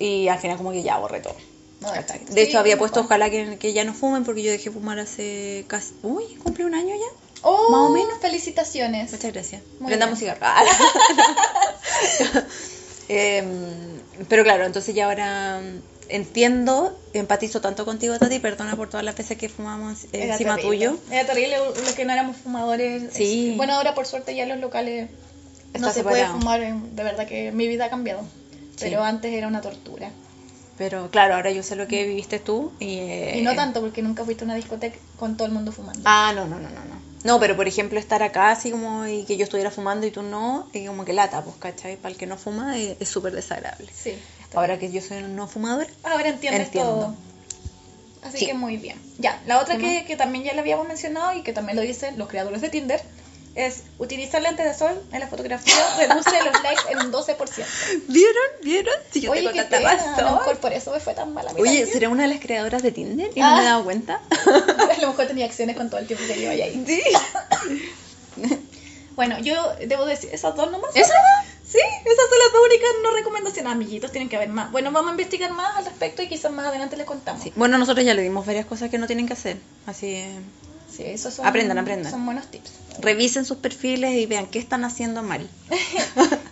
Speaker 1: y al final como que ya borré todo.
Speaker 2: No,
Speaker 1: ¿Cachai?
Speaker 2: exacto.
Speaker 1: De
Speaker 2: Sí,
Speaker 1: hecho había
Speaker 2: no
Speaker 1: puesto
Speaker 2: puedo.
Speaker 1: ojalá que, que ya no fumen porque yo dejé fumar hace casi... Uy, cumple un año ya.
Speaker 2: Oh,
Speaker 1: más o menos.
Speaker 2: Felicitaciones.
Speaker 1: Muchas gracias.
Speaker 2: Muy
Speaker 1: Prendamos
Speaker 2: bien.
Speaker 1: cigarro. Ah, [LAUGHS] Em, pero claro, entonces ya ahora mm, entiendo, empatizo tanto contigo, Tati, perdona por todas las veces que fumamos eh,
Speaker 2: Era
Speaker 1: encima
Speaker 2: terrible.
Speaker 1: tuyo.
Speaker 2: Era terrible lo que no éramos fumadores.
Speaker 1: Sí.
Speaker 2: Es- Bueno, ahora por suerte ya los locales
Speaker 1: Está
Speaker 2: no se
Speaker 1: separado.
Speaker 2: puede fumar. en- De verdad que mi vida ha cambiado. Pero antes era una tortura.
Speaker 1: Pero claro, ahora yo sé lo que viviste tú y... eh,
Speaker 2: Y no tanto porque nunca fuiste a una discoteca con todo el mundo fumando.
Speaker 1: Ah, no, no, no, no, no. No, pero por ejemplo estar acá así como y que yo estuviera fumando y tú no, y como que lata, pues, ¿cachai? Para el que no fuma eh, es súper desagradable.
Speaker 2: Sí.
Speaker 1: Ahora que yo soy una no fumadora,
Speaker 2: Ahora entiendes
Speaker 1: Entiendo.
Speaker 2: todo. Así
Speaker 1: Sí.
Speaker 2: que muy bien. Ya, la otra
Speaker 1: ¿Qué
Speaker 2: que,
Speaker 1: más?
Speaker 2: que también ya la habíamos mencionado y que también lo dicen los creadores de Tinder es utilizar lentes de sol en la fotografía reduce los likes en un 12%.
Speaker 1: [LAUGHS] ¿vieron? ¿Vieron? Si [LAUGHS] yo
Speaker 2: Oye,
Speaker 1: tengo
Speaker 2: qué
Speaker 1: tanta
Speaker 2: pena, a
Speaker 1: razón.
Speaker 2: lo mejor por eso me fue tan mala. mi
Speaker 1: Oye,
Speaker 2: relación.
Speaker 1: ¿será una de las creadoras de Tinder? ¿Y
Speaker 2: Ah.
Speaker 1: no me he dado
Speaker 2: [LAUGHS]
Speaker 1: cuenta?
Speaker 2: a lo mejor tenía acciones con todo el tiempo que lleva ahí.
Speaker 1: Sí.
Speaker 2: Bueno, yo debo decir esas dos nomás.
Speaker 1: ¿Eso?
Speaker 2: Sí, esas son las dos únicas no recomendaciones. Amiguitos, tienen que haber más. Bueno, vamos a investigar más al respecto y quizás más adelante les contamos.
Speaker 1: Sí. Bueno, nosotros ya le dimos varias cosas que no tienen que hacer. Así eh,
Speaker 2: Sí, esos son,
Speaker 1: Aprendan, aprendan.
Speaker 2: Son buenos tips.
Speaker 1: revisen sus perfiles y vean qué están haciendo mal.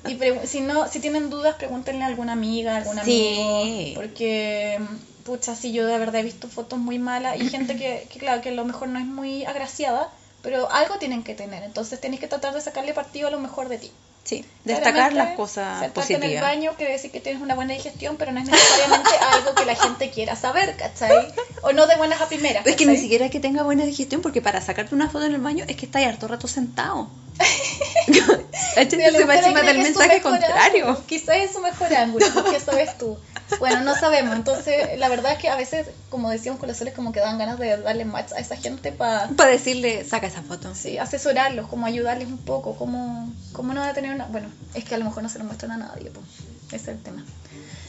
Speaker 2: Y pregu- si no, si tienen dudas, pregúntenle a alguna amiga, algún
Speaker 1: Sí.
Speaker 2: amigo, porque mm, pucha, sí, yo de verdad he visto fotos muy malas y gente que, que, claro, que a lo mejor no es muy agraciada, pero algo tienen que tener. Entonces tenés que tratar de sacarle partido a lo mejor de ti.
Speaker 1: Sí, destacar las
Speaker 2: Claramente,
Speaker 1: cosas
Speaker 2: sentarte
Speaker 1: positivas.
Speaker 2: en el baño quiere decir que tienes una buena digestión, pero no es
Speaker 1: [LAUGHS]
Speaker 2: necesariamente algo que la gente quiera saber, ¿cachai? O no de buenas a primeras.
Speaker 1: Es que ni
Speaker 2: ¿cachai?
Speaker 1: siquiera es que tenga buena digestión, porque para sacarte una foto en el baño es que estás harto rato
Speaker 2: [LAUGHS]
Speaker 1: sentado.
Speaker 2: Pero
Speaker 1: Entonces
Speaker 2: lo
Speaker 1: se va
Speaker 2: que
Speaker 1: encima
Speaker 2: cree
Speaker 1: del
Speaker 2: que es su
Speaker 1: mensaje
Speaker 2: mejor
Speaker 1: contrario.
Speaker 2: ángulo. Quizás es su mejor ángulo, ¿qué sabes tú? Bueno, no sabemos. Entonces, la verdad es que a veces, como decíamos con los soles, como que dan ganas de darle match a esa gente para
Speaker 1: Para decirle, saca esa foto.
Speaker 2: sí, asesorarlos, como ayudarles un poco, cómo, cómo no va a tener una... Bueno, es que a lo mejor no se lo muestran a nadie, pues. Ese es el tema.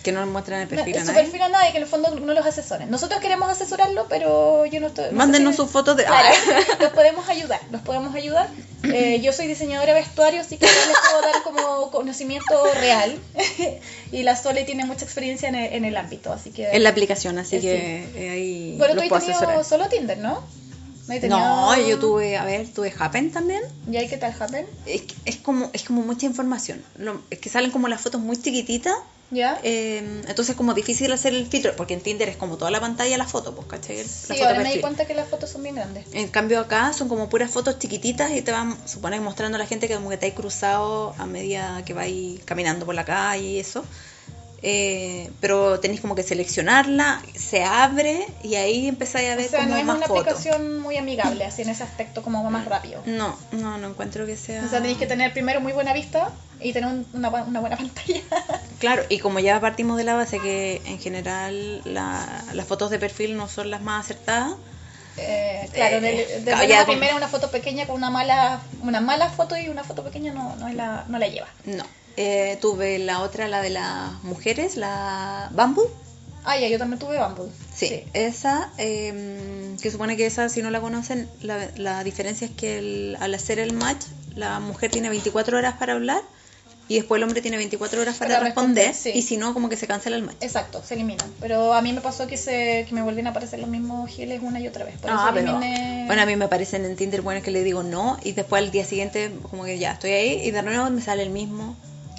Speaker 1: Que no muestran el perfil
Speaker 2: No,
Speaker 1: a
Speaker 2: su
Speaker 1: nadie.
Speaker 2: perfil a nadie, que en el fondo no los asesoren. Nosotros queremos asesorarlo, pero yo no estoy... no sé
Speaker 1: Mándenos
Speaker 2: si-
Speaker 1: sus fotos [LAUGHS] de.
Speaker 2: Claro,
Speaker 1: Ah,
Speaker 2: los podemos ayudar, los podemos ayudar. Eh, yo soy diseñadora de vestuario, así que yo les puedo dar como conocimiento real. [LAUGHS] y la Sole tiene mucha experiencia en el, en el ámbito, así que...
Speaker 1: en la aplicación, así
Speaker 2: Eh,
Speaker 1: que eh, ahí
Speaker 2: Pero tú
Speaker 1: los
Speaker 2: has
Speaker 1: puedo
Speaker 2: tenido
Speaker 1: asesorar.
Speaker 2: solo Tinder, ¿no? No, he tenido-
Speaker 1: No, yo tuve, a ver, tuve Happen también.
Speaker 2: ¿Y ahí qué tal, Happen?
Speaker 1: Es, que- es como es como mucha información. No, es que salen como las fotos muy chiquititas.
Speaker 2: ¿Ya?
Speaker 1: eh, entonces es como difícil hacer el filtro, porque en Tinder es como toda la pantalla la foto, pues, ¿cachai? La
Speaker 2: sí,
Speaker 1: foto
Speaker 2: ahora me
Speaker 1: perfil.
Speaker 2: di cuenta que las fotos son bien grandes.
Speaker 1: En cambio acá son como puras fotos chiquititas y te van, supone, mostrando a la gente que como que te hay cruzado a medida que vais caminando por la calle y eso. Eh, pero tenéis como que seleccionarla, se abre y ahí empezáis a ver
Speaker 2: O sea,
Speaker 1: como
Speaker 2: no es
Speaker 1: más
Speaker 2: una
Speaker 1: fotos.
Speaker 2: aplicación muy amigable, así en ese aspecto como más rápido.
Speaker 1: No, no, no encuentro que sea...
Speaker 2: O sea, tenéis que tener primero muy buena vista y tener un- una, bu- una buena [LAUGHS] pantalla.
Speaker 1: Claro, y como ya partimos de la base que en general la- las fotos de perfil no son las más acertadas,
Speaker 2: Eh, claro,
Speaker 1: Eh,
Speaker 2: desde
Speaker 1: claro, ya
Speaker 2: la
Speaker 1: con-
Speaker 2: primera una foto pequeña con una mala, una mala foto y una foto pequeña no, no, es la, no la lleva.
Speaker 1: no. Eh, tuve la otra, la de las mujeres, la Bamboo.
Speaker 2: Ah, ya, yo también tuve Bumble.
Speaker 1: Sí, esa, eh, que supone que esa, si no la conocen, la, la diferencia es que el- al hacer el match, la mujer tiene 24 horas para hablar y después el hombre tiene 24 horas para,
Speaker 2: Para
Speaker 1: responder,
Speaker 2: responder, sí.
Speaker 1: y si no, como que se cancela el match.
Speaker 2: Exacto, se eliminan. Pero a mí me pasó que se que me volvían a aparecer los mismos giles una y otra vez. Por eso
Speaker 1: Ah, pero-
Speaker 2: eliminé-
Speaker 1: Bueno, a mí me aparecen en Tinder, bueno, que le digo no y después al día siguiente, como que ya estoy ahí y de nuevo me sale el mismo.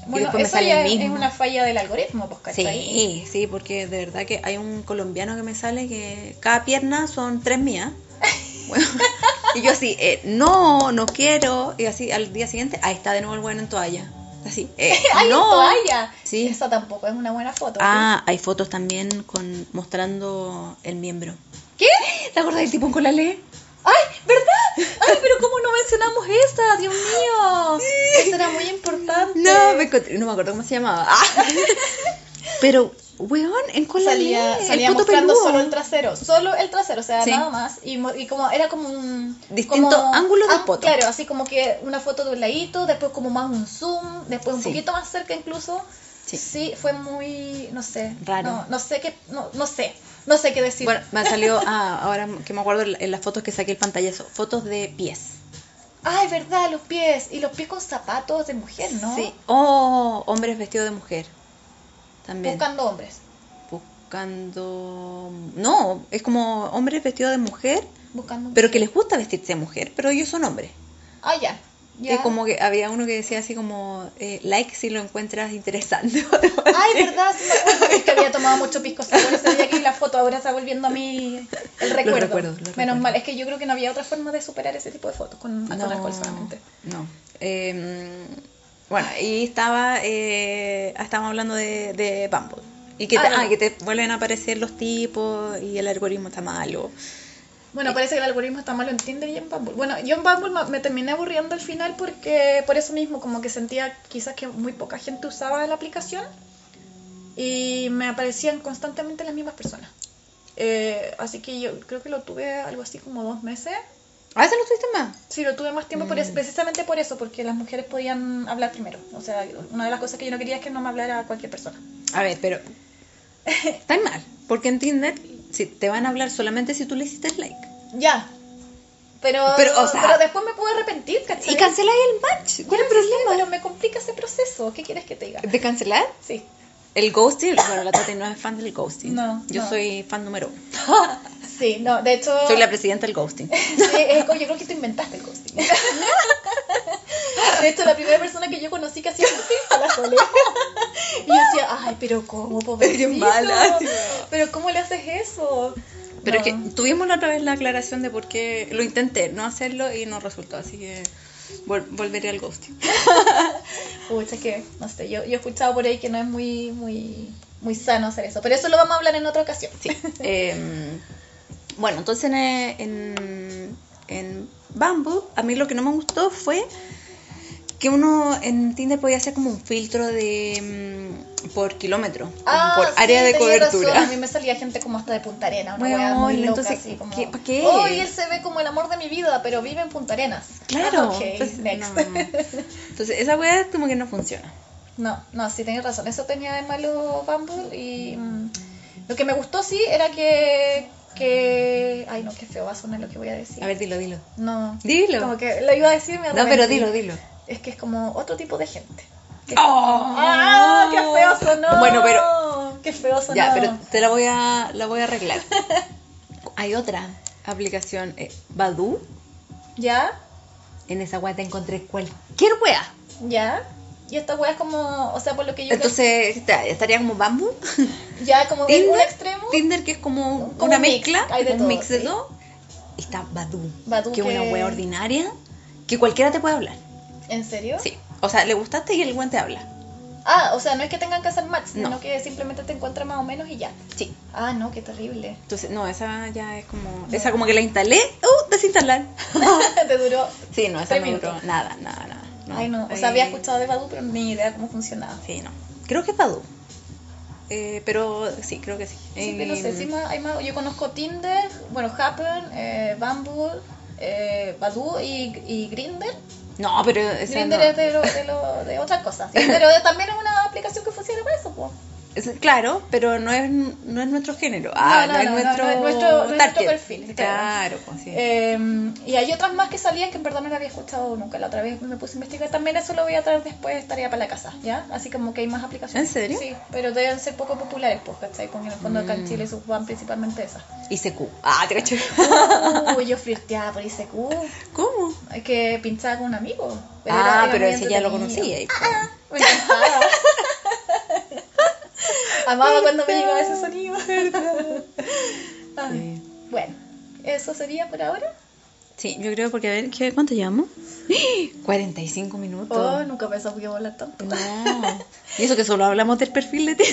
Speaker 1: y
Speaker 2: Bueno,
Speaker 1: después me
Speaker 2: eso
Speaker 1: sale
Speaker 2: ya
Speaker 1: el
Speaker 2: es-
Speaker 1: mismo.
Speaker 2: es una falla del algoritmo, pues, ¿cachai?
Speaker 1: Sí, sí, porque de verdad que hay un colombiano que me sale que cada pierna son tres
Speaker 2: [LAUGHS]
Speaker 1: mías. Bueno, y yo así, eh, no, no quiero. Y así al día siguiente, ahí está de nuevo el bueno en toalla.
Speaker 2: [LAUGHS]
Speaker 1: Así, eh,
Speaker 2: ¡Ay,
Speaker 1: no.
Speaker 2: toalla!
Speaker 1: Sí.
Speaker 2: Esa tampoco es una buena foto.
Speaker 1: Ah, hay fotos también con mostrando el miembro.
Speaker 2: ¿Qué?
Speaker 1: ¿Te acuerdas del tipo con la ley?
Speaker 2: ¡Ay, verdad! ¡Ay, pero cómo no mencionamos esa! ¡Dios
Speaker 1: [LAUGHS]
Speaker 2: mío! Eso era muy importante.
Speaker 1: No, me encontré- no me acuerdo cómo se llamaba. Ah. [LAUGHS] Pero, weón, en con la
Speaker 2: salía,
Speaker 1: ley, el
Speaker 2: salía
Speaker 1: poto
Speaker 2: mostrando
Speaker 1: peludo.
Speaker 2: solo el trasero, solo el trasero, o sea,
Speaker 1: Sí.
Speaker 2: nada más. Y, mo- y como era como un
Speaker 1: Distinto
Speaker 2: como- ah,
Speaker 1: ángulo del poto.
Speaker 2: Claro, así como que una foto de un ladito, después como más un zoom, después un
Speaker 1: Sí.
Speaker 2: poquito más cerca incluso.
Speaker 1: Sí.
Speaker 2: Sí. fue muy, no sé,
Speaker 1: Raro.
Speaker 2: No, no sé qué, no, no sé, no sé qué decir.
Speaker 1: Bueno, me salió, ah, ahora que me acuerdo en las fotos que saqué el pantallazo, fotos de pies.
Speaker 2: Ay, verdad, los pies y los pies con zapatos de mujer, ¿no?
Speaker 1: Sí. Oh, hombres vestidos de mujer. También.
Speaker 2: Buscando hombres,
Speaker 1: Buscando... No, es como hombres vestidos de mujer,
Speaker 2: buscando.
Speaker 1: pero que les gusta vestirse de mujer, pero ellos son hombres.
Speaker 2: Ah, ya. ya.
Speaker 1: Que como que había uno que decía así como, eh, like si lo encuentras interesante.
Speaker 2: Ay, verdad, sí me acuerdo, es que había tomado mucho pisco sour ese día que la foto ahora está volviendo a mí el recuerdo.
Speaker 1: recuerdos, los
Speaker 2: Menos
Speaker 1: recuerdos.
Speaker 2: mal, es que yo creo que no había otra forma de superar ese tipo de fotos con, con alcohol solamente.
Speaker 1: No. Eh, bueno, y estaba, eh, estábamos hablando de, de Bumble. Y que te,
Speaker 2: Ah, no.
Speaker 1: ah, que te vuelven a aparecer los tipos y el algoritmo está malo.
Speaker 2: Bueno, parece que el algoritmo está malo en Tinder y en Bumble. Bueno, yo en Bumble ma- me terminé aburriendo al final porque por eso mismo, como que sentía quizás que muy poca gente usaba la aplicación y me aparecían constantemente las mismas personas. Eh, así que yo creo que lo tuve algo así como dos meses
Speaker 1: ¿A veces no tuviste más?
Speaker 2: Sí, lo tuve más tiempo por eso- precisamente por eso, porque las mujeres podían hablar primero. O sea, una de las cosas que yo no quería es que no me hablara cualquier persona.
Speaker 1: A ver, pero [LAUGHS] está mal. Porque en Tinder si te van a hablar solamente si tú le hiciste like.
Speaker 2: Ya. Pero,
Speaker 1: Pero, o sea-
Speaker 2: pero después me pude arrepentir, ¿cachai?
Speaker 1: Y canceláis el match. ¿Cuál es el
Speaker 2: Pero
Speaker 1: problema?
Speaker 2: me complica ese proceso. ¿Qué quieres que te diga?
Speaker 1: ¿De cancelar?
Speaker 2: Sí.
Speaker 1: El ghosting. Bueno, la Tati no es fan del ghosting.
Speaker 2: No,
Speaker 1: Yo
Speaker 2: no.
Speaker 1: soy fan número uno.
Speaker 2: Sí, no, de [LAUGHS] hecho...
Speaker 1: Soy la presidenta del ghosting.
Speaker 2: Sí, es como- yo creo que tú inventaste el ghosting. De hecho, la primera persona que yo conocí que hacía cursi fue la Sole. Y yo decía, ay, pero ¿cómo, pobrecito?
Speaker 1: mala, sí.
Speaker 2: Pero ¿cómo le haces eso?
Speaker 1: Pero es
Speaker 2: No.
Speaker 1: que tuvimos la otra vez la aclaración de por qué lo intenté no hacerlo y no resultó, así que vol- volveré al ghosting.
Speaker 2: Pucha, que, no sé, yo, yo he escuchado por ahí que no es muy, muy, muy sano hacer eso. Pero eso lo vamos a hablar en otra ocasión. [LAUGHS]
Speaker 1: Sí. Eh, bueno, entonces en, eh, en, en Bumble, a mí lo que no me gustó fue que uno en Tinder podía hacer como un filtro de mm, por kilómetro, como por
Speaker 2: Ah, sí,
Speaker 1: área de
Speaker 2: tenía razón.
Speaker 1: cobertura.
Speaker 2: A mí me salía gente como hasta de Punta Arenas, una
Speaker 1: Weón,
Speaker 2: weá muy loca,
Speaker 1: entonces,
Speaker 2: así como...
Speaker 1: ¿qué- pa' qué?
Speaker 2: Oh, y él se ve como el amor de mi vida, pero vive en Punta Arenas.
Speaker 1: [LAUGHS] Claro.
Speaker 2: Ah, ok,
Speaker 1: entonces,
Speaker 2: next.
Speaker 1: no. Entonces, esa weá como que no funciona.
Speaker 2: [LAUGHS] No, no, sí tenías razón. Eso tenía de malo Bumble y mm, lo que me gustó sí era que, que... Ay, no, qué feo va a sonar lo que voy a decir.
Speaker 1: A ver, dilo, dilo.
Speaker 2: No.
Speaker 1: Dilo.
Speaker 2: Como que lo iba a decir, me
Speaker 1: No, pero
Speaker 2: arrepentí.
Speaker 1: dilo, dilo.
Speaker 2: Es que es como otro tipo de gente. Que-
Speaker 1: ¡Oh!
Speaker 2: ¡Ah, qué feo sonó!
Speaker 1: Bueno, pero
Speaker 2: Qué feo sonó.
Speaker 1: Ya, pero te la voy a, la voy a arreglar. [LAUGHS] Hay otra aplicación, eh, Badoo.
Speaker 2: ¿Ya?
Speaker 1: En esa weá te encontré cualquier weá.
Speaker 2: ¿Ya? Y esta wea es como, o sea, por lo que yo
Speaker 1: Entonces, está- estaría como
Speaker 2: [LAUGHS]
Speaker 1: Bamboo.
Speaker 2: creo- ya como en un extremo,
Speaker 1: Tinder, que es como,
Speaker 2: Como
Speaker 1: una
Speaker 2: un mix,
Speaker 1: mezcla,
Speaker 2: hay de
Speaker 1: un
Speaker 2: todo,
Speaker 1: mix de
Speaker 2: sí.
Speaker 1: todo. Y Está Badoo,
Speaker 2: Badoo
Speaker 1: que es una
Speaker 2: que-
Speaker 1: weá ordinaria que cualquiera te puede hablar.
Speaker 2: ¿en serio?
Speaker 1: Sí. O sea, le gustaste y el weón te habla.
Speaker 2: Ah, o sea, no es que tengan que hacer match, sino
Speaker 1: No.
Speaker 2: que simplemente te encuentran más o menos y ya.
Speaker 1: Sí.
Speaker 2: Ah, no, qué terrible. [LAUGHS]
Speaker 1: Entonces, no, esa ya es como. Esa como que la instalé. ¡Uh! Desinstalar. [LAUGHS]
Speaker 2: te duró.
Speaker 1: Sí, no, esa
Speaker 2: Tres
Speaker 1: no duró
Speaker 2: minutos.
Speaker 1: nada, nada, nada.
Speaker 2: Ay, no. O
Speaker 1: Ahí-
Speaker 2: sea, había escuchado de Badu, pero ni idea cómo funcionaba.
Speaker 1: Sí, no. Creo que es Badoo. Eh, pero sí, creo que sí.
Speaker 2: Sí, pero no sé,
Speaker 1: Em,
Speaker 2: sí más- hay más. Yo conozco Tinder, bueno, Happen, eh, Bumble, eh, Badu y, y Grinder.
Speaker 1: No, pero esa
Speaker 2: Grinder
Speaker 1: no.
Speaker 2: es de, lo, de, lo, de otras cosas. sí,
Speaker 1: [LAUGHS]
Speaker 2: pero también es una aplicación que funciona para eso, pues.
Speaker 1: Es- claro, pero no es, no es nuestro género. Ah, no,
Speaker 2: no,
Speaker 1: es
Speaker 2: no,
Speaker 1: nuestro,
Speaker 2: no, no es nuestro- no es nuestro
Speaker 1: target.
Speaker 2: perfil,
Speaker 1: Claro,
Speaker 2: claro.
Speaker 1: pues sí.
Speaker 2: Eh, y hay otras más que salían que en verdad no las había escuchado nunca. La otra vez me puse a investigar. También eso lo voy a traer después, tarea para la casa, ¿ya? Así como que hay más aplicaciones.
Speaker 1: ¿En serio?
Speaker 2: Sí, pero deben ser poco populares, pues, ¿cachai? Porque en el fondo acá
Speaker 1: Mm.
Speaker 2: en Chile se ocupan
Speaker 1: [LAUGHS]
Speaker 2: principalmente esas.
Speaker 1: Y CQ. Ah, te
Speaker 2: [LAUGHS]
Speaker 1: caché.
Speaker 2: Uy, yo flirteaba por ICQ.
Speaker 1: ¿Cómo?
Speaker 2: Es que pinchaba con un amigo.
Speaker 1: ah,
Speaker 2: era- era
Speaker 1: pero
Speaker 2: muy
Speaker 1: ese ya lo
Speaker 2: entretenido. Ah,
Speaker 1: conocía. y-
Speaker 2: Me encantaba. Amaba cuando me llegaba ese sonido. Ay, Bueno, eso sería por ahora.
Speaker 1: Sí, yo creo porque a ver, ¿qué, ¿cuánto llevamos? [GASPS] 45 minutos.
Speaker 2: Oh, nunca pensaba que iba a hablar tanto.
Speaker 1: No. Y eso que solo hablamos del perfil
Speaker 2: [LAUGHS]
Speaker 1: de ti.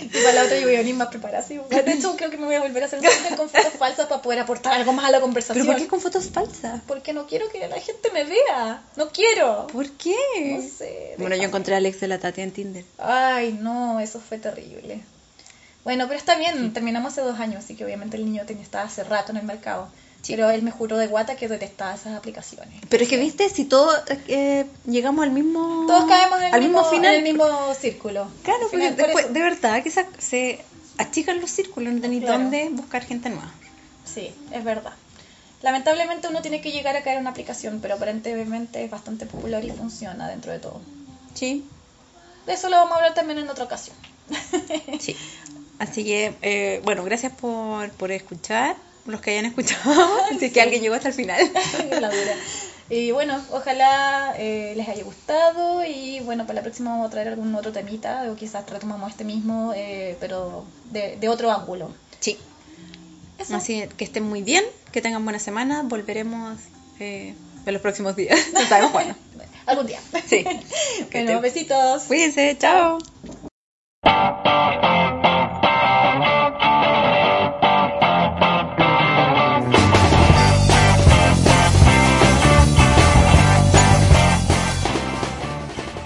Speaker 2: Y para la otra yo voy a venir más preparada. sí. De [LAUGHS] hecho, creo que me voy a volver a hacer Tinder con fotos falsas para poder aportar algo más a la
Speaker 1: ¿Pero
Speaker 2: conversación.
Speaker 1: por qué con fotos falsas?
Speaker 2: Porque no quiero que la gente me vea. No quiero.
Speaker 1: ¿Por qué?
Speaker 2: No sé.
Speaker 1: Bueno, yo encontré a Alex de la Tati en Tinder.
Speaker 2: Ay, no, eso fue terrible. Bueno, pero está bien, terminamos hace dos años, así que obviamente el niño tenía, estaba hace rato en el mercado.
Speaker 1: Sí.
Speaker 2: Pero él me juró de guata que detestaba esas aplicaciones.
Speaker 1: Pero es que viste, si todos eh, llegamos al mismo.
Speaker 2: Todos caemos en el,
Speaker 1: al
Speaker 2: mismo,
Speaker 1: mismo, final.
Speaker 2: en el mismo círculo.
Speaker 1: Claro,
Speaker 2: Al
Speaker 1: porque
Speaker 2: final, por
Speaker 1: después,
Speaker 2: eso-
Speaker 1: de verdad que sa- se achican los círculos, no tenéis
Speaker 2: Claro.
Speaker 1: dónde buscar gente nueva.
Speaker 2: Sí, es verdad. Lamentablemente uno tiene que llegar a caer en una aplicación, pero aparentemente es bastante popular y funciona dentro de todo.
Speaker 1: Sí.
Speaker 2: De eso lo vamos a hablar también en otra ocasión. [LAUGHS]
Speaker 1: Sí. Así que, eh, bueno, gracias por, por escuchar, los que hayan
Speaker 2: [LAUGHS]
Speaker 1: escuchado, si es que alguien llegó hasta el final.
Speaker 2: La dura. Y bueno, ojalá eh, les haya gustado y bueno, para la próxima vamos a traer algún otro temita o quizás retomamos este mismo, eh, pero de, de otro ángulo.
Speaker 1: Sí.
Speaker 2: Eso.
Speaker 1: Así que estén muy bien, que tengan buena semana, volveremos eh, en los [LAUGHS] próximos días. No sabemos cuándo.
Speaker 2: Algún día.
Speaker 1: Sí. Que
Speaker 2: [LAUGHS] Bueno, pues.
Speaker 1: estén-
Speaker 2: besitos.
Speaker 1: Cuídense, chao.